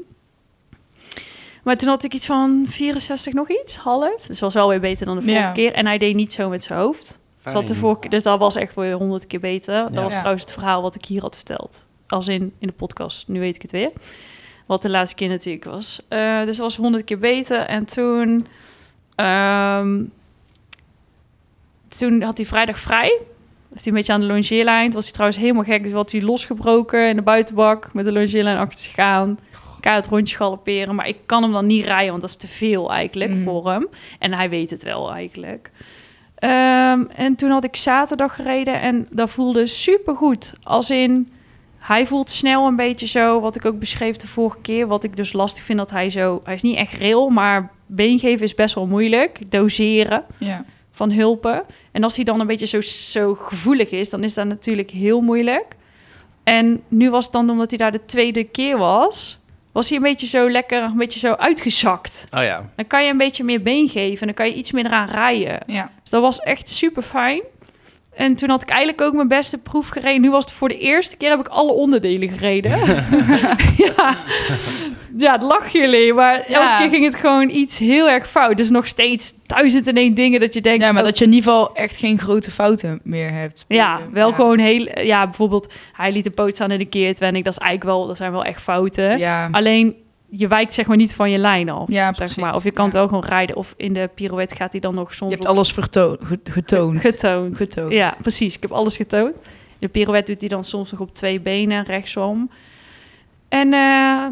C: Maar toen had ik iets van 64 nog iets, half. Dus was wel weer beter dan de vorige
A: Ja.
C: keer. En hij deed niet zo met zijn hoofd. Dus, wat de vorige, keer- dus dat was echt weer honderd keer beter. Dat
B: Ja.
C: was
A: Ja.
C: trouwens het verhaal wat ik hier had verteld. Als in, in de podcast, nu weet ik het weer. Wat de laatste keer natuurlijk was. Eh, dus dat was honderd keer beter. En toen... ehm, toen had hij vrijdag vrij. Was hij een beetje aan de longeerlijn. Toen was hij trouwens helemaal gek. Dus had hij losgebroken in de buitenbak. Met de longeerlijn achter zich aan. Keihard rondjes galopperen. Maar ik kan hem dan niet rijden. Want dat is te veel eigenlijk
A: Mhm.
C: voor hem. En hij weet het wel eigenlijk. Ehm, en toen had ik zaterdag gereden. En dat voelde supergoed. Als in... Hij voelt snel een beetje zo, wat ik ook beschreef de vorige keer. Wat ik dus lastig vind dat hij zo... Hij is niet echt rail, maar beengeven is best wel moeilijk. Doseren
A: Ja.
C: van hulpen. En als hij dan een beetje zo, zo gevoelig is, dan is dat natuurlijk heel moeilijk. En nu was het dan omdat hij daar de tweede keer was, was hij een beetje zo lekker, een beetje zo uitgezakt.
B: Oh ja.
C: Dan kan je een beetje meer been geven en dan kan je iets minder aan rijden.
A: Ja.
C: Dus dat was echt super fijn. En toen had ik eigenlijk ook mijn beste proef gereden. Nu was het voor de eerste keer heb ik alle onderdelen gereden. ja. ja, het lach jullie. Maar elke
A: Ja.
C: keer ging het gewoon iets heel erg fout. Dus nog steeds duizend en één dingen dat je denkt...
A: ja, maar
C: oh,
A: dat je in ieder geval echt geen grote fouten meer hebt.
C: ja, wel gewoon heel... Ja, bijvoorbeeld hij liet de poot staan in de keert. En ik, dat is eigenlijk wel... Dat zijn wel echt fouten.
A: Ja,
C: Alleen, je wijkt zeg maar niet van je lijn af.
A: ja
C: zeg
A: precies.
C: maar. Of je kan
A: Ja.
C: het wel gewoon rijden. Of in de pirouette gaat hij dan nog soms...
A: Je hebt
C: op-
A: alles vertoond, ge- getoond.
C: Getoond.
A: Getoond.
C: Ja, precies. Ik heb alles getoond. De pirouette doet hij dan soms nog op twee benen, rechtsom. En eh,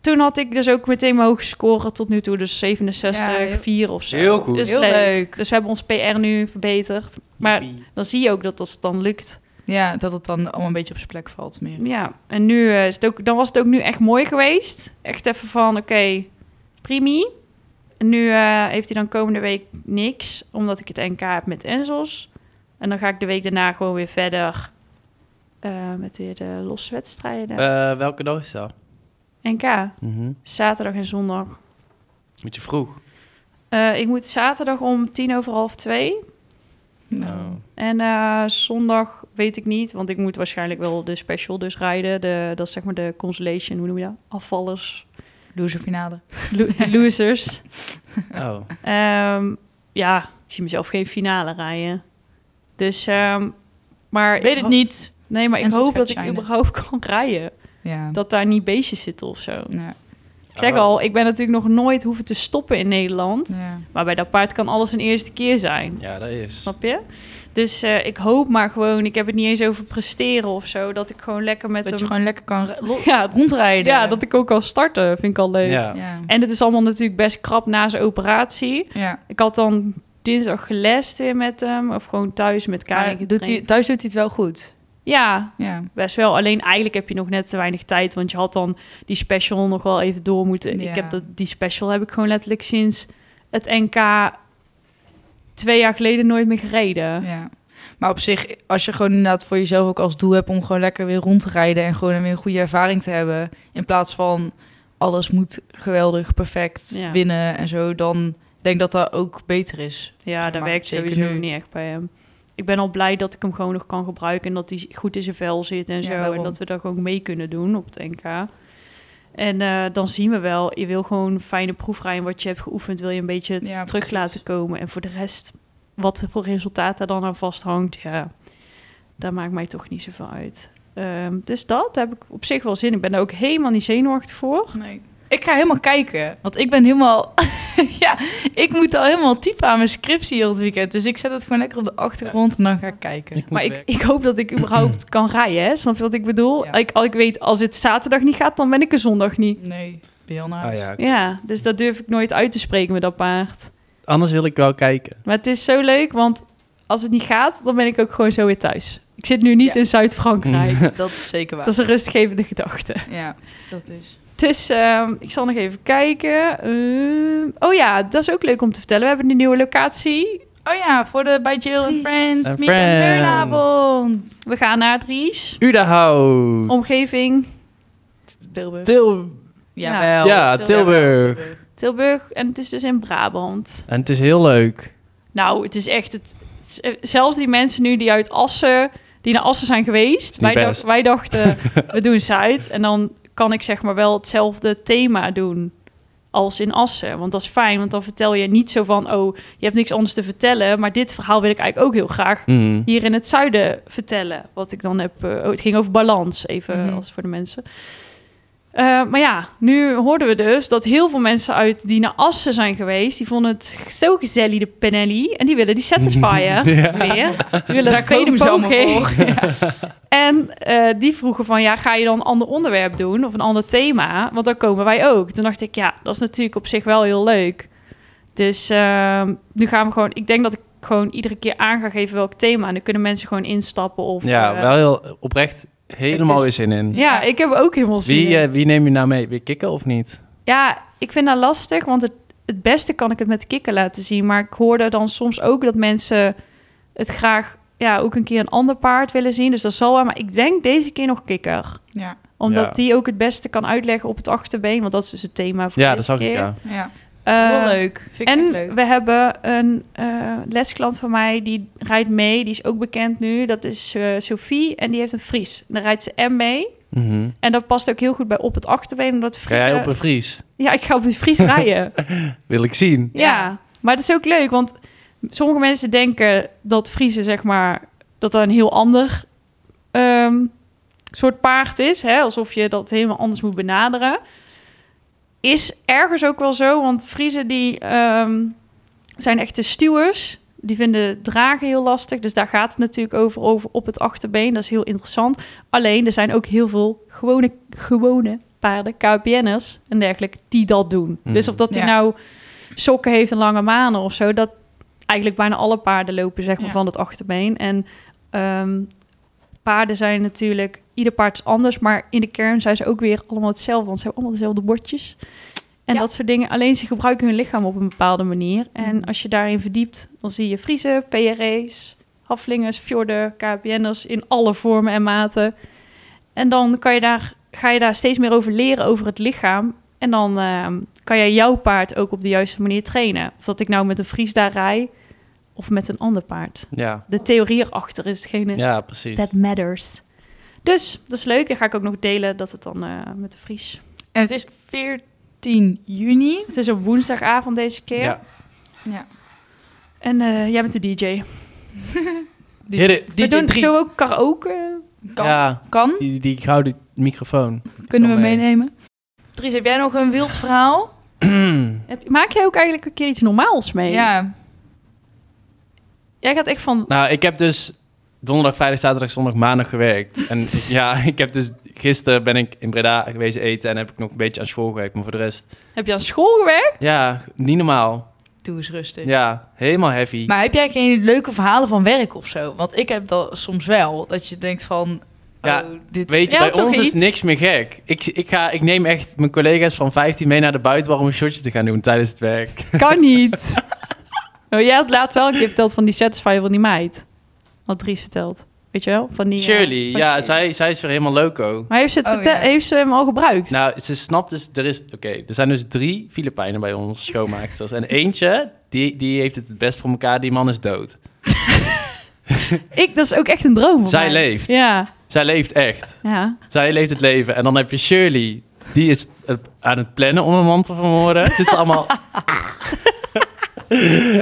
C: toen had ik dus ook meteen mijn hoge score tot nu toe. Dus 67,
A: Ja, heel-
C: 4 of zo.
B: Heel goed.
C: Dus
A: Heel leuk.
C: Dus we hebben ons PR nu verbeterd. Maar
B: Joepie.
C: dan zie je ook dat als het dan lukt.
A: Ja, dat het dan allemaal een beetje op zijn plek valt meer.
C: Ja, en nu eh, is het ook, dan was het ook nu echt mooi geweest. Echt even van, oké, primi. En nu eh, heeft hij dan komende week niks, omdat ik het NK heb met Enzels. En dan ga ik de week daarna gewoon weer verder eh, met weer de losse wedstrijden.
B: Eh, welke dag is dat?
C: NK, zaterdag en zondag.
B: Moet je vroeg.
C: Eh, ik moet zaterdag om tien over half twee.
A: Nou.
C: En eh, zondag weet ik niet, want ik moet waarschijnlijk wel de special dus rijden. De, dat is zeg maar de consolation, hoe noem je dat? Afvallers,
A: Loser finale.
C: lo- de losers.
B: Oh. Oh.
C: Ehm, ja, ik zie mezelf geen finale rijden. Dus, ehm, maar... ik
A: Weet het
C: ho-
A: niet.
C: Nee, maar ik
A: En soms
C: hoop
A: gaat
C: dat
A: het
C: ik
A: shinen.
C: überhaupt kan rijden.
A: Ja.
C: Dat daar niet beestjes zitten of zo.
A: ja.
C: Ik zeg al, ik ben natuurlijk nog nooit hoeven te stoppen in Nederland.
A: ja.
C: Maar bij dat paard kan alles een eerste keer zijn.
B: Ja, dat is.
C: Snap je? Dus eh, ik hoop maar gewoon, ik heb het niet eens over presteren of zo. Dat ik gewoon lekker met
A: Dat je
C: hem...
A: gewoon lekker kan re- lo-
C: Ja, d-
A: rondrijden.
C: ja, dat ik ook kan starten, vind ik al leuk.
B: Ja.
A: Ja.
C: En het is allemaal natuurlijk best krap na zijn operatie.
A: ja.
C: Ik had dan dinsdag gelest weer met hem. Of gewoon thuis met Karin
A: Maar doet hij,
C: getraind.
A: thuis doet hij het wel goed.
C: Ja,
A: Ja.
C: best wel. Alleen eigenlijk heb je nog net te weinig tijd. Want je had dan die special nog wel even door moeten.
A: Ja.
C: Ik heb dat, die special heb ik gewoon letterlijk sinds het NK twee jaar geleden nooit meer gereden.
A: ja. Maar op zich, als je gewoon inderdaad voor jezelf ook als doel hebt om gewoon lekker weer rond te rijden en gewoon weer een goede ervaring te hebben, in plaats van alles moet geweldig, perfect
C: Ja.
A: winnen en zo, dan denk ik dat dat ook beter is.
C: Ja,
A: Zeg
C: dat
A: maar,
C: werkt
A: zeker
C: sowieso
A: nu.
C: niet echt bij hem. Ik ben al blij dat ik hem gewoon nog kan gebruiken en dat hij goed in zijn vel zit en
A: Ja,
C: zo.
A: daarom.
C: En dat we daar gewoon mee kunnen doen op het NK. En eh, dan zien we wel, je wil gewoon een fijne proefrijden. Wat je hebt geoefend, wil je een beetje
A: Ja,
C: terug
A: precies.
C: laten komen. En voor de rest, wat voor resultaat daar dan aan vasthangt, ja, daar maakt mij toch niet zoveel uit. Ehm, dus dat daar heb ik op zich wel zin. in. Ik ben daar ook helemaal niet zenuwachtig voor.
A: Nee. Ik ga helemaal kijken, want ik ben helemaal... ja, ik moet al helemaal typen aan mijn scriptie heel het weekend. Dus ik zet het gewoon lekker op de achtergrond en dan ga ik kijken.
B: Ik
C: Maar
B: moet
C: ik,
B: werken.
C: ik hoop dat ik überhaupt kan rijden, hè? Snap je wat ik bedoel?
A: Ja.
C: Ik, al ik weet, als het zaterdag niet gaat, dan ben ik er zondag niet.
A: Nee, ben je al naar
B: Ah,
A: huis?
B: ja.
C: Ja, dus dat durf ik nooit uit te spreken met dat paard.
B: Anders wil ik wel kijken.
C: Maar het is zo leuk, want als het niet gaat, dan ben ik ook gewoon zo weer thuis. Ik zit nu niet
A: Ja.
C: in Zuid-Frankrijk.
A: Dat is zeker waar.
C: Dat is een rustgevende gedachte.
A: Ja, dat is...
C: Dus ehm, ik zal nog even kijken. Ehm, oh ja, dat is ook leuk om te vertellen. We hebben een nieuwe locatie.
A: Oh ja, voor de By Jill and
C: Precies.
A: Friends
B: And
A: Meet and
B: Friends.
A: Learnavond.
C: We gaan naar Dries.
B: Udenhout.
C: Omgeving
A: Tilburg.
B: Til...
A: Jawel.
B: Ja,
C: Tilburg.
B: Tilburg.
C: Tilburg. En het is dus in Brabant.
B: En het is heel leuk.
C: Nou, het is echt... Het, het is, eh, zelfs die mensen nu die uit Assen... die naar Assen zijn geweest...
B: niet
C: Wij, dacht-
B: best.
C: wij dachten, we doen Zuid... en dan kan ik zeg maar wel hetzelfde thema doen... als in Assen. Want dat is fijn, want dan vertel je niet zo van... oh, je hebt niks anders te vertellen... maar dit verhaal wil ik eigenlijk ook heel graag...
B: Mm.
C: hier in het zuiden vertellen. Wat ik dan heb... eh, oh, het ging over balans, even
A: Mhm.
C: als voor de mensen... Eh, maar ja, nu hoorden we dus dat heel veel mensen uit die naar Assen zijn geweest, die vonden het zo gezellig, de Penelli. En die willen die Satisfier weer. Die willen een
A: Daar
C: tweede
A: komen ze allemaal
C: poging.
A: voor. Ja.
C: En eh, die vroegen van, ja, ga je dan een ander onderwerp doen of een ander thema? Want dan komen wij ook. Toen dacht ik, ja, dat is natuurlijk op zich wel heel leuk. Dus ehm, nu gaan we gewoon, ik denk dat ik gewoon iedere keer aan ga geven welk thema. En dan kunnen mensen gewoon instappen of...
B: Ja,
C: eh,
B: wel heel oprecht. Helemaal
A: Het
B: weer
A: is-
B: zin in.
C: Ja, ik heb ook helemaal zin
B: Wie,
C: in.
B: eh, wie neem je nou mee? Weer kikken of niet?
C: Ja, ik vind dat lastig, want het, het beste kan ik het met kikken laten zien. Maar ik hoorde dan soms ook dat mensen het graag ja, ook een keer een ander paard willen zien. Dus dat zal wel, maar ik denk deze keer nog kikker.
A: ja.
C: Omdat
B: Ja.
C: die ook het beste kan uitleggen op het achterbeen. Want dat is dus het thema voor
B: Ja, dat
C: deze
B: zag ik,
C: keer.
B: ja.
A: Ja,
C: Eh,
A: wel leuk. Vind ik echt
C: En
A: leuk.
C: we hebben een eh, lesklant van mij, die rijdt mee. Die is ook bekend nu. Dat is eh Sophie en die heeft een Fries. Daar rijdt ze M mee.
B: Mhm.
C: En dat past ook heel goed bij op het achterbeen. Omdat
B: Ga
C: Fries,
B: jij op een Fries?
C: Ja, ik ga op de Fries rijden.
B: Wil ik zien.
C: Ja. maar dat is ook leuk, want sommige mensen denken dat Friese, zeg maar, dat dat een heel ander ehm, soort paard is. Hè? Alsof je dat helemaal anders moet benaderen. Is ergens ook wel zo, want Friese die ehm, zijn echte stuwers. Die vinden dragen heel lastig. Dus daar gaat het natuurlijk over, over op het achterbeen. Dat is heel interessant. Alleen, er zijn ook heel veel gewone, gewone paarden, KPN'ers en dergelijke, die dat doen.
B: Mm.
C: Dus of dat hij
A: Ja.
C: nou sokken heeft en lange manen of zo. Dat eigenlijk bijna alle paarden lopen zeg maar,
A: Ja.
C: van het achterbeen. En ehm, paarden zijn natuurlijk, ieder paard is anders. Maar in de kern zijn ze ook weer allemaal hetzelfde. Want ze hebben allemaal dezelfde bordjes. En
A: Ja.
C: dat soort dingen. Alleen ze gebruiken hun lichaam op een bepaalde manier. En
A: Mhm.
C: als je daarin verdiept, dan zie je Friese, PRE's, Haflingers, Fjorden, KPN'ers in alle vormen en maten. En dan kan je daar, ga je daar steeds meer over leren, over het lichaam. En dan ehm, kan jij jouw paard ook op de juiste manier trainen. Of dat ik nou met een Fries daar rij of met een ander paard.
B: Ja,
C: De theorie erachter is hetgene
B: ja precies.
C: that matters. Dus dat is leuk. Dan ga ik ook nog delen dat het dan eh, met de Fries.
A: En het is 14 juni.
C: Het is een woensdagavond deze keer.
B: Ja.
A: Ja.
C: En eh, jij bent de DJ.
A: Die-
B: Hit it.
A: die-
C: We doen
A: die-
C: zo ook karaoke.
A: Kan.
B: Ja,
A: kan.
B: die, die gouden microfoon.
A: Kunnen we
B: kan mee.
A: meenemen. Dries, heb jij nog een wild verhaal?
C: Heb- Maak jij ook eigenlijk een keer iets normaals mee?
A: Ja.
C: Jij gaat echt van...
B: Nou, ik heb dus donderdag, vrijdag, zaterdag, zondag, maandag gewerkt. En ik- ja, ik heb dus gisteren ben ik in Breda geweest eten en heb ik nog een beetje aan school gewerkt. Maar voor de rest,
C: Heb je aan school gewerkt?
B: ja, niet normaal.
A: Doe eens rustig.
B: Ja, helemaal heavy.
A: Maar heb jij geen leuke verhalen van werk of zo? Want ik heb dat soms wel. Dat je denkt van...
B: Ja,
A: oh, dit...
B: Weet je,
C: Ja,
B: bij
C: toch
B: ons is
C: iets?
B: niks meer gek. Ik, ik, ga, ik neem echt mijn collega's van 15 mee naar de buitenbar om een shotje te gaan doen tijdens het werk.
C: Kan niet. oh, jij had laatst wel een keer verteld van die Satisfyer van die meid. Had Dries verteld. Weet je wel? Van die, eh,
B: Shirley,
C: van
B: ja,
C: Shirley.
B: zij, zij is weer helemaal loco.
C: Maar heeft ze, het
A: Oh,
C: vertel-
A: ja.
C: heeft ze hem al gebruikt?
B: Nou, ze snapt dus, er is, oké, er zijn dus drie Filipijnen bij ons schoonmaaksters. En eentje, die, die heeft het het best voor elkaar, die man is dood.
C: Ik, dat is ook echt een droom voor
B: Zij
C: mij.
B: leeft.
C: Ja,
B: Zij leeft echt.
C: ja.
B: Zij leeft het leven. En dan heb je Shirley, die is eh, aan het plannen om een man te vermoorden. Zit ze allemaal...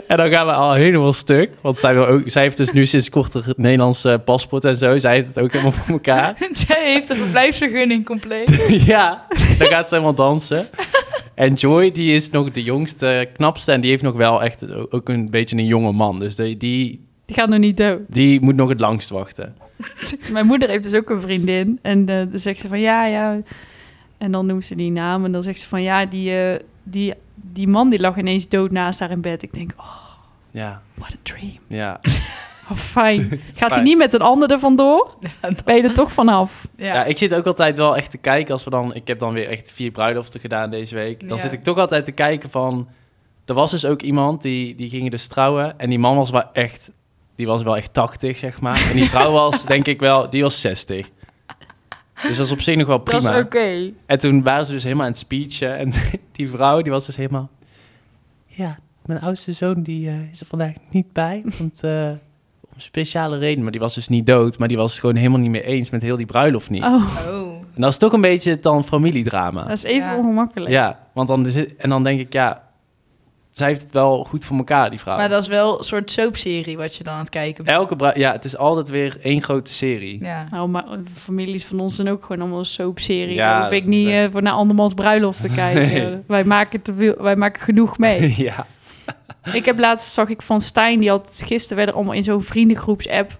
B: en dan gaan we al helemaal stuk. Want zij, wil ook, zij heeft dus nu sinds kort een Nederlands eh, paspoort en zo. Zij heeft het ook helemaal voor elkaar.
A: Zij heeft een verblijfsvergunning compleet.
B: ja, dan gaat ze helemaal dansen. En Joy, die is nog de jongste, knapste. En die heeft nog wel echt o- ook een beetje een jonge man. Dus die, die,
C: Die gaat nog niet dood.
B: die moet nog het langst wachten.
C: Mijn moeder heeft dus ook een vriendin. En eh, dan zegt ze van ja, ja. En dan noemt ze die naam. En dan zegt ze van ja, die, eh, die, die man die lag ineens dood naast haar in bed. Ik denk, oh,
B: Ja,
C: what a dream.
B: ja.
C: Oh, fijn. Gaat hij
B: Fijn.
C: niet met een ander er vandoor? Ben je er toch vanaf?
B: Ja. ik zit ook altijd wel echt te kijken als we dan... Ik heb dan weer echt vier bruiloften gedaan deze week. Dan
A: Ja.
B: zit ik toch altijd te kijken van... Er was dus ook iemand, die, die ging dus trouwen. En die man was wel echt... Die was wel echt 80, zeg maar. En die vrouw was, denk ik wel, die was 60. Dus dat is op zich nog wel prima.
C: Dat is oké.
B: En toen waren ze dus helemaal aan het speechen. En die vrouw, die was dus helemaal... Ja, mijn oudste zoon, die eh, is er vandaag niet bij. Want eh, om speciale reden. Maar die was dus niet dood. Maar die was het gewoon helemaal niet mee eens met heel die bruiloft niet.
C: Oh,
A: Oh.
B: En dat is toch een beetje dan familiedrama.
C: dat is even
A: Ja.
C: ongemakkelijk.
B: Ja, want dan, is het- en dan denk ik, ja... Zij heeft het wel goed voor elkaar, die vrouw.
A: Maar dat is wel een soort soapserie wat je dan aan het kijken bent.
B: Elke bru- ja, het is altijd weer één grote serie.
A: Ja.
C: Nou, maar families van ons zijn ook gewoon allemaal soapserie.
B: Ja,
C: Ja, hoef
B: dat
C: ik
B: is
C: niet
B: leuk.
C: eh, voor naar andermans bruiloft te kijken.
B: Nee.
C: Wij, maken te veel, wij maken genoeg mee.
B: ja.
C: Ik heb laatst, zag ik van Stijn, die had gisteren werden allemaal in zo'n vriendengroeps-app.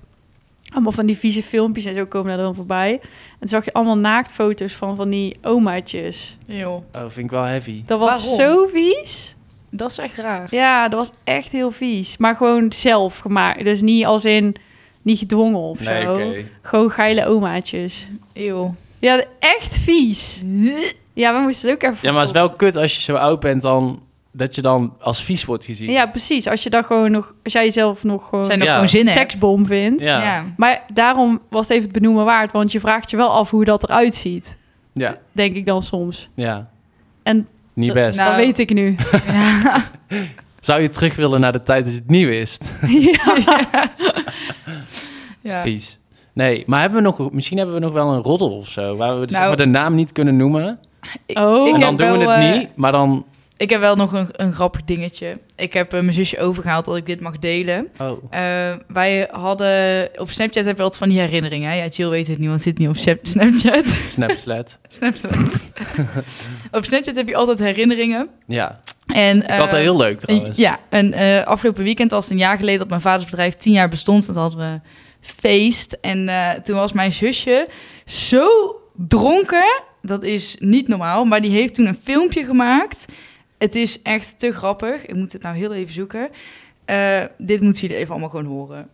C: Allemaal van die vieze filmpjes en zo komen daar dan voorbij. En toen zag je allemaal naaktfoto's van van die omaatjes.
A: Joh.
B: Oh, vind ik wel heavy.
C: Dat was
A: Waarom?
C: zo vies.
A: Dat is echt raar.
C: Ja, dat was echt heel vies. Maar gewoon zelf gemaakt. Dus niet als in, niet gedwongen of zo.
B: Nee, oké.
C: Gewoon geile omaatjes.
A: Eeuw.
C: Ja, echt vies. Ja, we moesten het ook even
B: Ja, maar het is wel kut als je zo oud bent dan... Dat je dan als vies wordt gezien.
C: Ja, precies. Als je daar gewoon nog, als jij zelf nog gewoon
A: Zijn er
B: Ja.
A: gewoon
C: een
A: zin in?
C: seksbom vindt.
A: Ja.
B: ja.
C: Maar daarom was het even het benoemen waard, want je vraagt je wel af hoe dat eruit ziet.
B: Ja,
C: denk ik dan soms.
B: ja.
C: En
B: Niet
C: dat-
B: best.
A: Nou.
C: Dat weet ik nu.
A: Ja.
B: Zou je terug willen naar de tijd dat je het niet wist?
C: ja.
A: ja.
B: Vies. Nee, maar hebben we nog, misschien hebben we nog wel een roddel of zo... waar we zeg
A: Nou.
B: maar, de naam niet kunnen noemen.
A: Ik-
C: Oh.
A: ik
B: en dan
A: heb
B: doen we
A: wel,
B: het
A: eh,
B: niet, maar dan...
A: Ik heb wel nog een, een grappig dingetje. Ik heb eh, mijn zusje overgehaald dat ik dit mag delen.
B: Oh,
A: Eh, wij hadden... Op Snapchat hebben we altijd van die herinneringen. hè? Ja, Jill weet het niet, want ze zit niet op Snap- Snapchat.
B: snapslet.
A: Snapchat. op Snapchat heb je altijd herinneringen.
B: Ja, ik
A: En, eh,
B: had dat heel leuk
A: en-
B: trouwens.
A: Ja, en eh, afgelopen weekend was het een jaar geleden dat mijn vaders bedrijf tien jaar bestond. En toen hadden we feest. En eh, toen was mijn zusje zo dronken. Dat is niet normaal. Maar die heeft toen een filmpje gemaakt. Het is echt te grappig. Ik moet het nou heel even zoeken. Eh, dit moeten jullie even allemaal gewoon horen.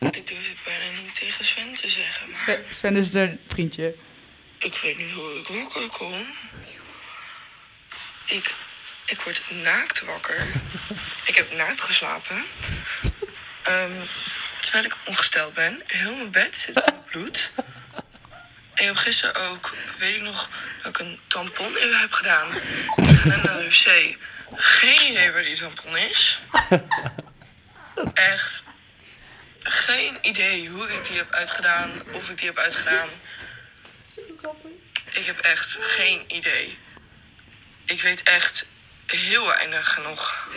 D: Ik durf het bijna niet tegen Sven te zeggen, maar
A: Sven- Sven is een vriendje.
D: ik weet niet hoe ik wakker kom. Ik, ik word naakt wakker. Ik heb naakt geslapen. Ehm, terwijl ik ongesteld ben. Heel mijn bed zit met bloed. En ik heb gisteren ook, weet ik nog, dat ik een tampon in heb gedaan. Ik ga naar de wc. Geen idee waar die tampon is. Echt geen idee hoe ik die heb uitgedaan. Of ik die heb uitgedaan. Ik heb echt geen idee. Ik weet echt heel weinig nog.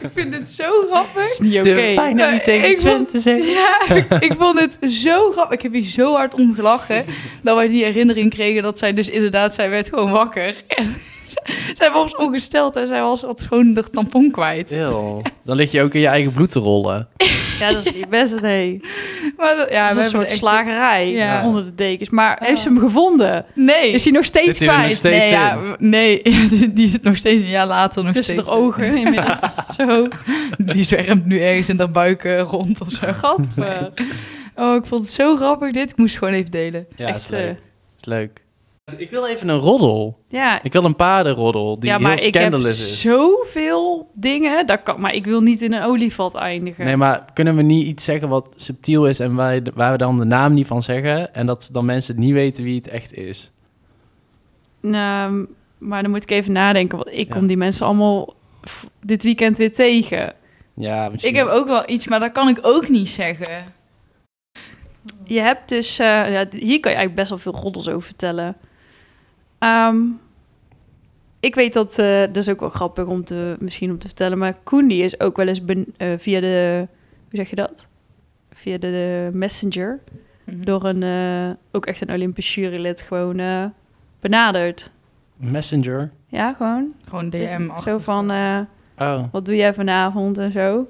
A: Ik vind het zo grappig.
C: is niet oké.
A: bijna niet tegen Ik Sven vond-
C: te zeggen.
A: Ja, ik- ik vond het zo grappig. Ik heb hier zo hard om gelachen. Dat wij die herinnering kregen dat zij dus inderdaad, zij werd gewoon wakker. En zij was ongesteld en zij was had gewoon de tampon kwijt.
B: Eeuw. Dan lig je ook in je eigen bloed te rollen.
C: Ja, dat is niet best, nee.
A: Maar dat, ja,
C: dat
A: we
C: is een soort
A: hebben echt-
C: slagerij
A: Ja.
C: onder de dekens. Maar heeft ze hem gevonden?
A: Nee.
C: Is hij nog steeds
B: Zit hij er nog
C: kwijt?
B: steeds?
A: nee, ja,
B: in?
A: w- nee, die- die zit nog steeds een jaar later nog
C: Tussen
A: steeds.
C: de ogen inmiddels. Zo.
A: Die zwermt nu ergens in haar buik eh, rond of zo.
C: Gadver.
A: Oh, ik vond het zo grappig dit. Ik moest gewoon even delen.
B: Ja,
C: echt,
B: is leuk.
C: eh,
B: Is leuk. Ik wil even een roddel.
C: Ja,
B: Ik wil een paardenroddel die
C: ja maar
B: heel
C: ik heb
B: scandalous is.
C: zoveel dingen. Dat kan, maar ik wil niet in een olievat eindigen.
B: Nee, maar kunnen we niet iets zeggen wat subtiel is en waar, waar we dan de naam niet van zeggen en dat dan mensen niet weten wie het echt is?
C: Nou, maar dan moet ik even nadenken. Want ik
B: Ja.
C: kom die mensen allemaal f- dit weekend weer tegen.
B: Ja, misschien-
A: Ik heb ook wel iets, maar dat kan ik ook niet zeggen.
C: Je hebt dus... eh, ja, d- hier kan je eigenlijk best wel veel roddels over vertellen. Ehm, ik weet dat... eh, dat is ook wel grappig om te, misschien om te vertellen. Maar Koen die is ook wel eens ben- eh, via de... Hoe zeg je dat? Via de, de messenger. Door een... eh, ook echt een Olympisch jurylid gewoon eh, benaderd.
B: Messenger.
C: Ja, gewoon.
A: Gewoon
C: Dus
A: DM
C: zo
A: achter.
C: van... eh,
B: Oh.
C: wat doe jij vanavond en zo.
A: eh,
C: Dat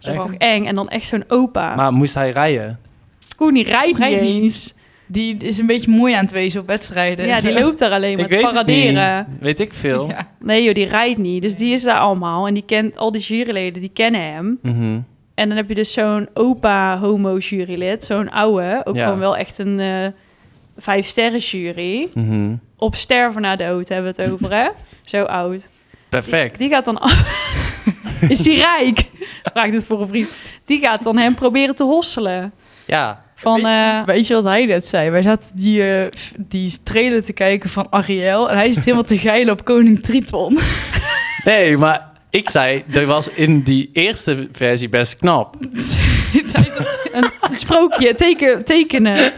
C: is
B: Echt?
C: ook eng. En dan echt zo'n opa.
B: Maar moest hij rijden?
C: Koen, die rijdt niet
A: Rijdt niet.
C: eens.
A: Die is een beetje mooi aan het wezen op wedstrijden.
C: Ja,
A: en
C: die
A: zo.
C: loopt daar alleen maar
B: ik
C: te
B: weet
C: paraderen.
B: het niet. Weet ik veel.
A: Ja.
C: Nee joh, die rijdt niet. Dus die is daar allemaal. En die kent al die juryleden, die kennen hem.
B: Mhm.
C: En dan heb je dus zo'n opa homo jurylid. Zo'n ouwe. Ook
B: Ja.
C: gewoon wel echt een eh vijf sterren jury.
B: Mhm.
C: Op sterven na dood hebben we het over, hè? Zo oud.
B: Perfect.
C: Die gaat dan... is die rijk? Vraag dit voor een vriend. Die gaat dan hem proberen te hosselen.
B: Ja.
C: Van, eh,
A: Weet je wat hij net zei? Wij zaten die, eh, f- die trailer te kijken van Ariel. En hij zit helemaal te geilen op Koning Triton.
B: Nee, maar ik zei, er was in die eerste versie best knap.
C: een sprookje, teken, tekenen.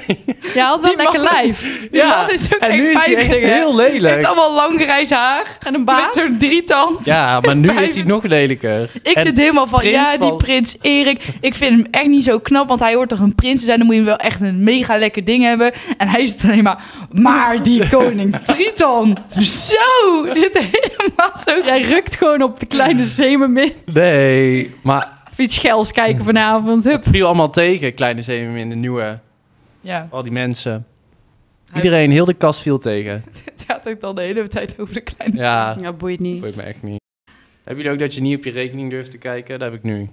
C: Ja, had wel
A: Die
C: lekker
A: man-
C: lijf.
A: Die man is ook
B: en nu is
A: echt
B: hij echt
A: 50, hè?
B: heel
A: Hij heeft
B: lelijk.
A: allemaal lang grijs haar.
C: En een
A: Met
C: baard.
A: zo'n drietand.
B: Ja, maar nu is hij
A: 50.
B: nog lelijker.
A: Ik
B: En-
A: zit helemaal van,
B: prins
A: ja, die
B: van-
A: prins Erik. Ik vind hem echt niet zo knap, want hij hoort toch een prins te zijn. Dan moet je hem wel echt een mega lekker ding hebben. En hij zit alleen maar, maar die koning Triton. Zo, die zit helemaal zo.
C: Jij rukt gewoon op de kleine zeemermin.
B: Nee, maar
C: Of iets gels
B: Hm.
C: kijken vanavond. Hup.
B: het viel allemaal tegen, Kleine Zeemermin, in de nieuwe.
A: Ja,
B: Al die mensen.
A: Hij-
B: Iedereen, heel de kast viel tegen.
A: het gaat ook dan de hele tijd over de kleine
B: Ja,
C: Ja, boeit niet.
B: boeit me echt niet. Hebben jullie ook dat je niet op je rekening durft te kijken? Dat heb ik nu.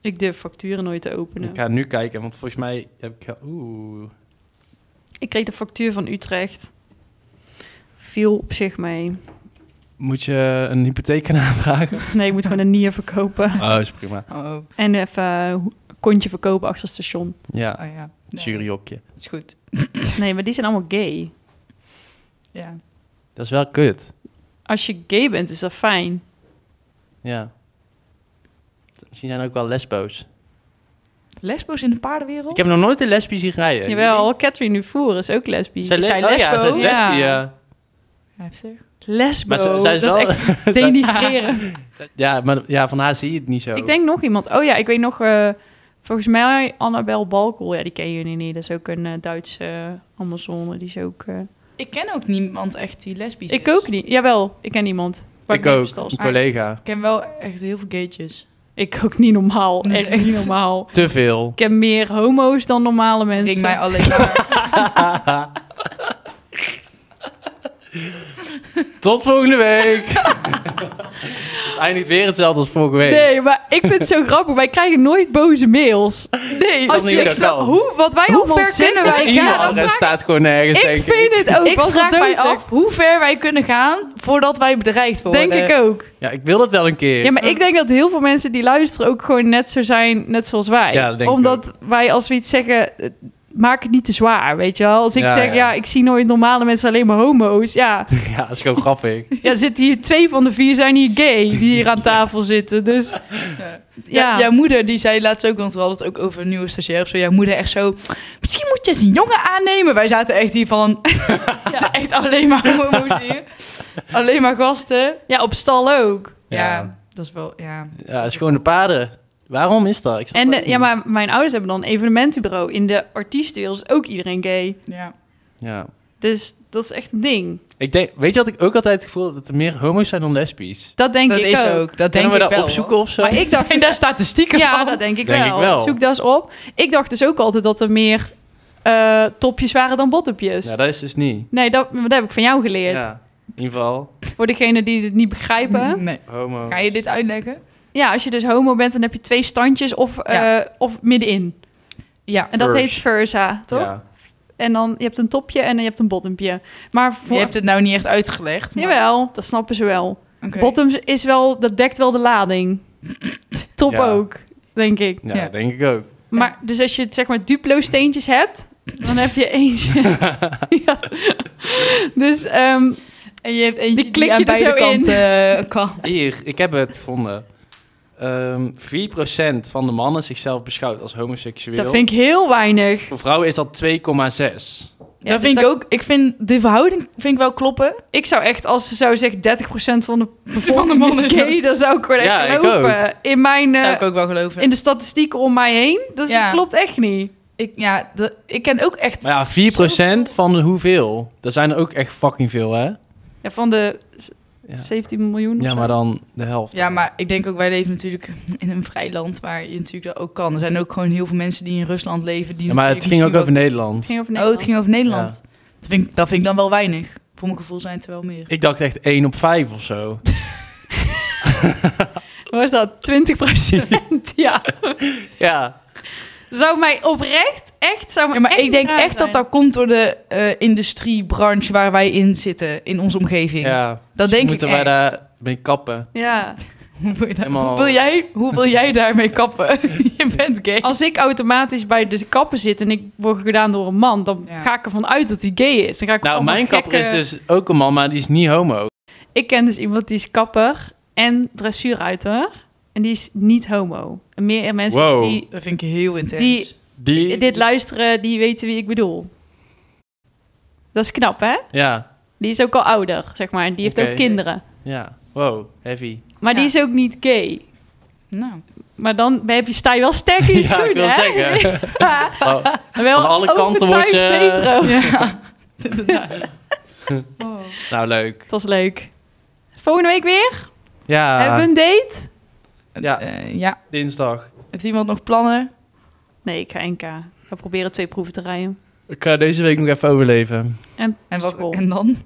C: Ik durf facturen nooit te openen.
B: Ik ga nu kijken, want volgens mij heb ik... Oeh.
C: Ik kreeg de factuur van Utrecht. Viel op zich mee.
B: Moet je een hypotheek gaan aanvragen?
C: Nee, ik moet gewoon een nier verkopen.
B: Oh, is prima.
A: Oh,
C: En even eh, een kontje verkopen achter het station.
B: Ja.
A: oh ja. Nee.
B: Juryhokje.
A: Is goed.
C: Nee, maar die zijn allemaal gay.
A: Ja.
B: Dat is wel kut.
C: Als je gay bent, is dat fijn.
B: Ja. Misschien zijn er ook wel lesbo's.
A: Lesbo's in de paardenwereld?
B: Ik heb nog nooit een lesbie zien rijden.
C: Jawel, Catherine Dufour is ook lesbisch.
B: Zij le-
A: Zijn
B: oh ja, zij is
A: lesbo?
C: Ja.
B: lesbie, ja.
A: Heftig.
C: Lesbo,
B: Maar ze- zij is
C: dat
B: wel...
C: is echt denigreren.
B: ja, maar ja, van haar zie je het niet zo.
C: ik denk nog iemand. Oh ja, ik weet nog... eh, volgens mij Annabel Balkel. Ja, die ken jullie niet. Dat is ook een eh, Duitse eh, Amazone. Die is ook... eh,
A: Ik ken ook niemand echt die lesbisch is.
C: ik ook niet. Jawel, ik ken iemand. Waar
B: ik
C: mee
B: ook,
C: verstals.
B: een collega.
A: Ik ken wel echt heel veel gaytjes.
C: Ik ook niet normaal.
A: Nee,
C: Echt niet
A: echt.
C: normaal.
B: Te veel.
C: Ik ken meer homo's dan normale
A: Het
C: mensen.
A: ging mij alleen maar...
B: Tot volgende week. het eindigt weer hetzelfde als vorige week.
C: Nee, maar ik vind het zo grappig. Wij krijgen nooit boze mails.
A: Nee,
C: Als
B: niet
C: je,
B: hoe
C: ik
B: dat
C: snap,
B: kan.
C: hoe, wat wij
A: Hoe
C: allemaal
A: ver
C: zinnen
A: kunnen
B: Als
A: wij
C: wij
A: gaan?
C: gaan.
B: e-mail adres staat gewoon nergens, denk
C: Oh, Ik vind het ook.
A: ik
C: wat
A: vraag mij
C: dozig.
A: af hoe ver wij kunnen gaan voordat wij bedreigd worden.
C: Denk ik ook.
B: Ja, ik wil dat wel een keer.
C: Ja, maar ik denk dat heel veel mensen die luisteren ook gewoon net zo zijn, net zoals wij.
B: Ja, dat denk ik
C: Omdat wij als we iets zeggen, eh, maak het niet te zwaar, weet je wel. Als ik
B: Ja,
C: zeg,
B: ja.
C: ja. ik zie nooit normale mensen, alleen maar homo's. Ja,
B: Ja, dat is gewoon grappig.
C: ja zitten hier twee van de vier zijn hier gay die hier aan tafel zitten. Dus
A: Ja.
C: ja,
A: Jouw moeder die zei laatst ook, want we hadden het ook over een nieuwe stagiair of zo. Jouw moeder echt zo, misschien moet je eens een jongen aannemen. Wij zaten echt hier van, het zijn echt alleen maar homo's hier. Alleen maar gasten.
C: ja, op stal ook.
A: Ja.
B: Ja.
A: dat is wel, ja.
B: Ja, het is gewoon de paarden. Waarom is dat? Ik snap
C: En
B: dat
C: de-
B: niet.
C: ja, maar mijn ouders hebben dan een evenementenbureau. In de artiestdeel is ook iedereen gay.
A: ja.
B: Ja.
C: Dus dat is echt een ding.
B: Ik denk, weet je wat ik ook altijd het gevoel heb? Dat er meer homo's zijn dan lesbisch.
C: Dat denk
A: dat
C: ik
A: is
C: ook.
A: ook. Dat denk
B: Kunnen we
A: ik
B: dat
A: wel.
B: opzoeken of zo?
C: Maar ik dacht
A: en
C: dus-
A: daar statistieken
C: Ja,
A: van.
C: dat denk ik,
B: Denk
C: wel.
B: ik wel.
C: Zoek dat eens op. Ik dacht dus ook altijd dat er meer eh, topjes waren dan bottopjes.
B: Ja, dat is dus niet.
C: Nee, dat, dat heb ik van jou geleerd.
B: Ja. In ieder geval,
C: Voor degenen die dit niet begrijpen.
A: Mm-hmm. Nee.
B: homo.
A: Ga je dit uitleggen?
C: Ja, als je dus homo bent, dan heb je twee standjes of,
A: Ja.
C: eh, of middenin.
A: Ja.
C: En dat
B: Verse.
C: heet versa, toch?
B: Ja.
C: En dan, je hebt een topje en je hebt een bottompje. Maar voor...
A: Je hebt het nou niet echt uitgelegd. Maar...
C: Jawel, dat snappen ze wel.
A: Oké.
C: Bottoms is wel, dat dekt wel de lading. Top
B: Ja.
C: ook, denk ik.
B: Ja,
A: Ja.
B: denk ik ook.
C: Maar dus als je zeg maar duplo steentjes hebt, dan heb je eentje. ja. Dus ehm,
A: En je hebt eentje
C: Die
A: die,
C: klik je
A: aan
C: er
A: beide
C: zo in.
A: kanten eh, kan.
B: Hier, ik heb het gevonden. Ehm 4% van de mannen zichzelf beschouwt als homoseksueel.
C: dat vind ik heel weinig.
B: Voor vrouwen is dat 2,6.
C: Ja,
A: dat
C: dus
A: vind
C: dat-
A: ik ook. Ik vind de verhouding vind ik wel kloppen.
C: Ik zou echt, als ze zou zeggen 30% van de
A: Van de
C: bevolking
A: mannen
C: is gay, dan zou ik gewoon echt
B: Ja, ik
C: geloven. In mijn,
A: zou
C: eh,
A: ik ook wel geloven.
C: in de statistieken om mij heen, dus
A: Ja.
C: dat klopt echt niet.
A: Ik, ja, dat- ik ken ook echt...
B: Maar ja, 4% van de hoeveel? Er zijn er ook echt fucking veel, hè?
C: Ja, van de s-
B: Ja.
C: 17 miljoen of
B: Ja,
C: zo.
B: maar dan de helft.
A: Ja, maar ik denk ook, wij leven natuurlijk in een vrij land waar je natuurlijk dat ook kan. Er zijn ook gewoon heel veel mensen die in Rusland leven. Die
B: Ja, maar het
A: natuurlijk
B: ging ook
A: misschien
B: over
C: Het
B: Nederland.
C: ging over
A: wel- Oh,
C: Nederland.
A: het ging over Nederland. Dat, vind ik, dat vind ik dan wel weinig. Voor mijn gevoel zijn het er wel meer.
B: Ik dacht echt 1 op 5 of zo.
C: Wat is dat? 20%? ja.
B: Ja.
C: Zou mij oprecht, echt, zou mij
A: Ja, maar
C: echt
A: ik denk
C: raar
A: echt dat
C: zijn.
A: dat komt door de eh, industriebranche waar wij in zitten, in onze omgeving.
B: ja.
A: Dat
B: Dus
A: denk ik
B: moeten
A: echt.
B: wij daar mee kappen.
C: Ja.
A: Hoe, wil je daar-
B: Helemaal-
A: hoe wil jij, hoe wil jij daarmee kappen? je bent gay.
C: Als ik automatisch bij de kappen zit en ik word gedaan door een man, dan
A: Ja.
C: ga ik ervan uit dat hij gay is. Dan ga ik
B: Nou,
C: allemaal
B: mijn kapper
C: gekke-
B: is dus ook een man, maar die is niet homo.
C: Ik ken dus iemand die is kapper en dressuurruiter. En die is niet homo. En meer mensen
B: Wow.
C: die
A: Dat vind ik heel intens.
C: Die-
B: Die...
C: dit luisteren, die weten wie ik bedoel. Dat is knap, hè?
B: Ja.
C: Die is ook al ouder, zeg maar. en Die heeft
B: Oké.
C: ook kinderen.
B: Ja. Wow. Heavy.
C: Maar die
A: Ja.
C: is ook niet gay.
A: Nou,
C: Maar dan heb je, sta je wel sterk in je
B: ja, ik
C: schoenen,
B: wil
C: hè?
B: zeggen.
C: Ja.
B: Oh,
C: Wel
B: Van alle kanten word je-
C: overtuigd hetero.
A: ja. Inderdaad. Oh.
B: nou, leuk.
C: Het was leuk. Volgende week weer?
B: Ja.
C: Hebben we een date?
B: Ja.
A: Eh, ja.
B: Dinsdag.
A: Heeft iemand nog plannen?
C: Nee, ik ga NK. We proberen twee proeven te rijden.
B: Ik ga deze week nog even overleven.
C: En,
A: En, wat,
C: school.
A: en dan?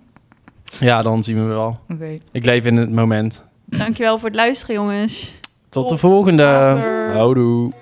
B: Ja, dan zien we wel.
A: Oké.
B: Ik leef in het moment.
C: Dankjewel voor het luisteren, jongens.
B: Tot de
A: Tot
B: volgende.
A: later.
B: Houdoe.